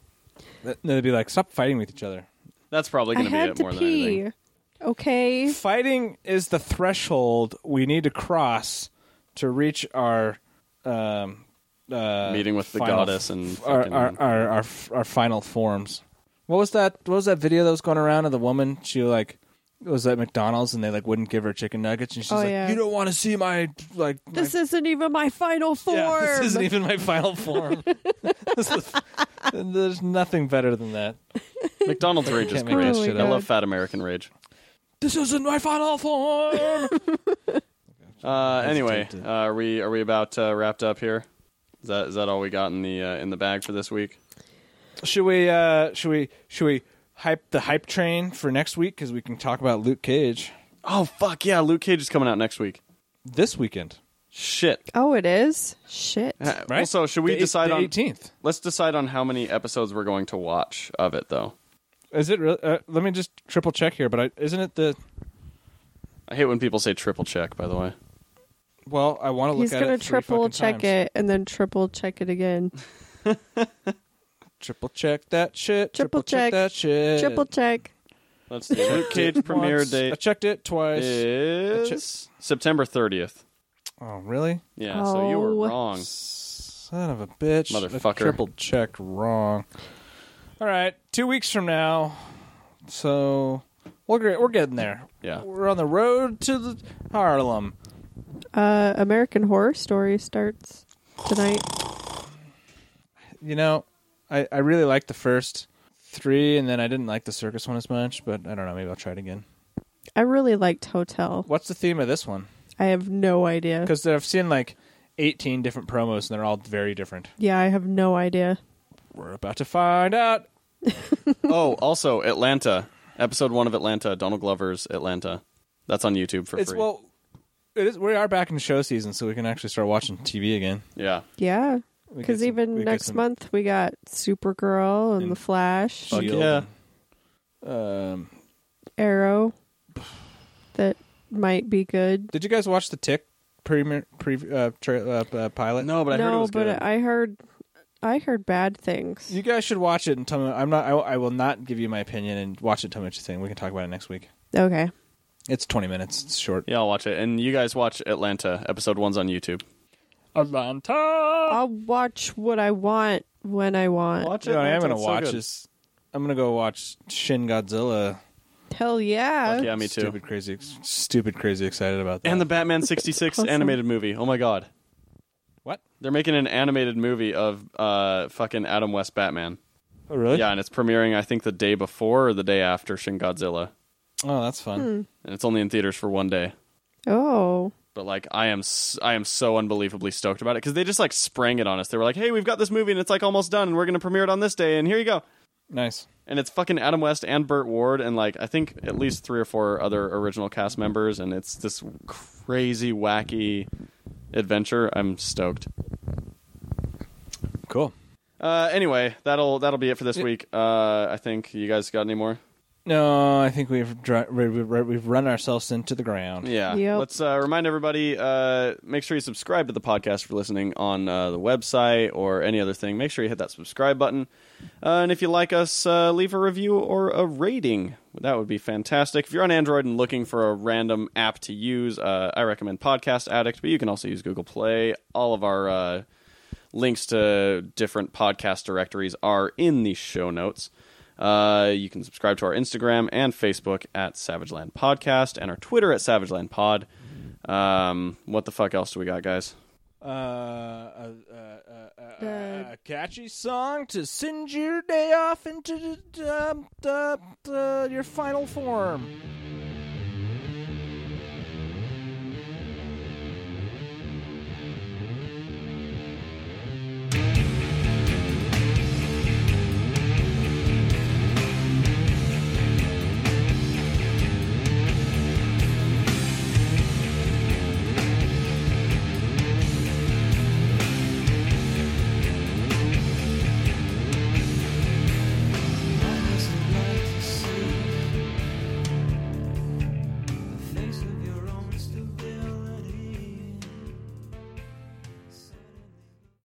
They'd be like, stop fighting with each other. That's probably I going to be had it to more than pee. anything. Okay. Fighting is the threshold we need to cross to reach our um, uh, Meeting with the final- goddess and our, fucking- our, our our our final forms. What was that? What was that video that was going around of the woman? She like was at McDonald's and they like wouldn't give her chicken nuggets and she's Oh, like, yeah. "You don't want to see my like my- This isn't even my final form. Yeah, this isn't even my final form. This is- there's nothing better than that. McDonald's rage is Can't make great. that Oh my shit I up. God. love fat American rage. This isn't my final form. Uh, anyway, hesitate uh, to- are we are we about uh, wrapped up here? Is that is that all we got in the uh, in the bag for this week? should we? Uh, should we? Should we hype the hype train for next week because we can talk about Luke Cage Oh fuck yeah! Luke Cage is coming out next week. this weekend. Shit. Oh, it is? Shit. Uh, Right? Also, should we The eight- decide the on? 18th? Let's decide on how many episodes we're going to watch of it, though. Is it? Really, uh, let me just triple check here. But I, isn't it the? I hate when people say triple check. By the way, Well, I want to look He's at gonna it three triple fucking check times. it and then triple check it again. Triple check that shit. Triple, Triple check. check. that shit. Triple check. let's do Luke Cage premiere Once. I date checked it twice. is September thirtieth. Oh, really? Yeah, so you were Oh. wrong. Son of a bitch. Motherfucker. Triple checked wrong. All right. Two weeks from now. So we're, gre- we're getting there. Yeah. We're on the road to the Harlem. Uh, American Horror Story starts tonight. You know, I, I really liked the first three, and then I didn't like the circus one as much, but I don't know. Maybe I'll try it again. I really liked Hotel. What's the theme of this one? I have no Hmm? idea. Because I've seen like 18 different promos, and they're all very different. Yeah, I have no idea. We're about to find out. oh, also Atlanta, episode one of Atlanta, Donald Glover's Atlanta. That's on YouTube for It's free. well, it is. We are back in show season, so we can actually start watching TV again. yeah, Yeah, We get because some- we even get next some month we got Supergirl and, And- The Flash, Fuck Shield yeah. and- um, Arrow. That might be good. did you guys watch the Tick premier pre uh, tra- uh, uh, pilot? no, but I heard it no, was but good. I heard, I heard bad things. You guys should watch it and tell me. I'm not. I, I will not give you my opinion and watch it. Tell me what you think. We can talk about it next week. okay, It's 20 minutes. It's short. yeah, I'll watch it, and you guys watch Atlanta, episode one's on YouTube. Atlanta. I'll watch what I want when I want. Watch You know Oh. what I am gonna Atlanta, it's so watch good. is I'm gonna go watch Shin Godzilla. Hell yeah! Fuck yeah, me too. Stupid crazy. Stupid crazy excited about that. And the Batman '66 Awesome. animated movie. Oh my god, what? they're making an animated movie of uh fucking Adam West Batman. Oh really? Yeah, and it's premiering I think the day before or the day after Shin Godzilla, Oh, that's fun. and it's only in theaters for one day. Oh, But like I am, s- I am so unbelievably stoked about it because they just like sprang it on us. They were like, "Hey, we've got this movie and it's like almost done, and we're gonna premiere it on this day, and here you go." Nice. and it's fucking Adam West and Burt Ward and like I think at least three or four other original cast members, and it's this crazy wacky adventure. I'm stoked. Cool. Uh, anyway, that'll that'll be it for this Yeah. week. Uh, I think you guys got any more? No, I think we've dri- we- we- we've run ourselves into the ground. Yeah. Yep. Let's uh, remind everybody. Uh, make sure you subscribe to the podcast if you're listening on uh, the website or any other thing. Make sure you hit that subscribe button. Uh, and if you like us, uh, leave a review or a rating. That would be fantastic. If you're on Android and looking for a random app to use, uh, I recommend Podcast Addict, but you can also use Google Play. All of our uh, links to different podcast directories are in the show notes. Uh, you can subscribe to our Instagram and Facebook at Savageland Podcast and our Twitter at Savageland Pod. Um, what the fuck else do we got, guys? Uh, a, a, a, Uh, a, a catchy song to send your day off into the, the, the, the, your final form.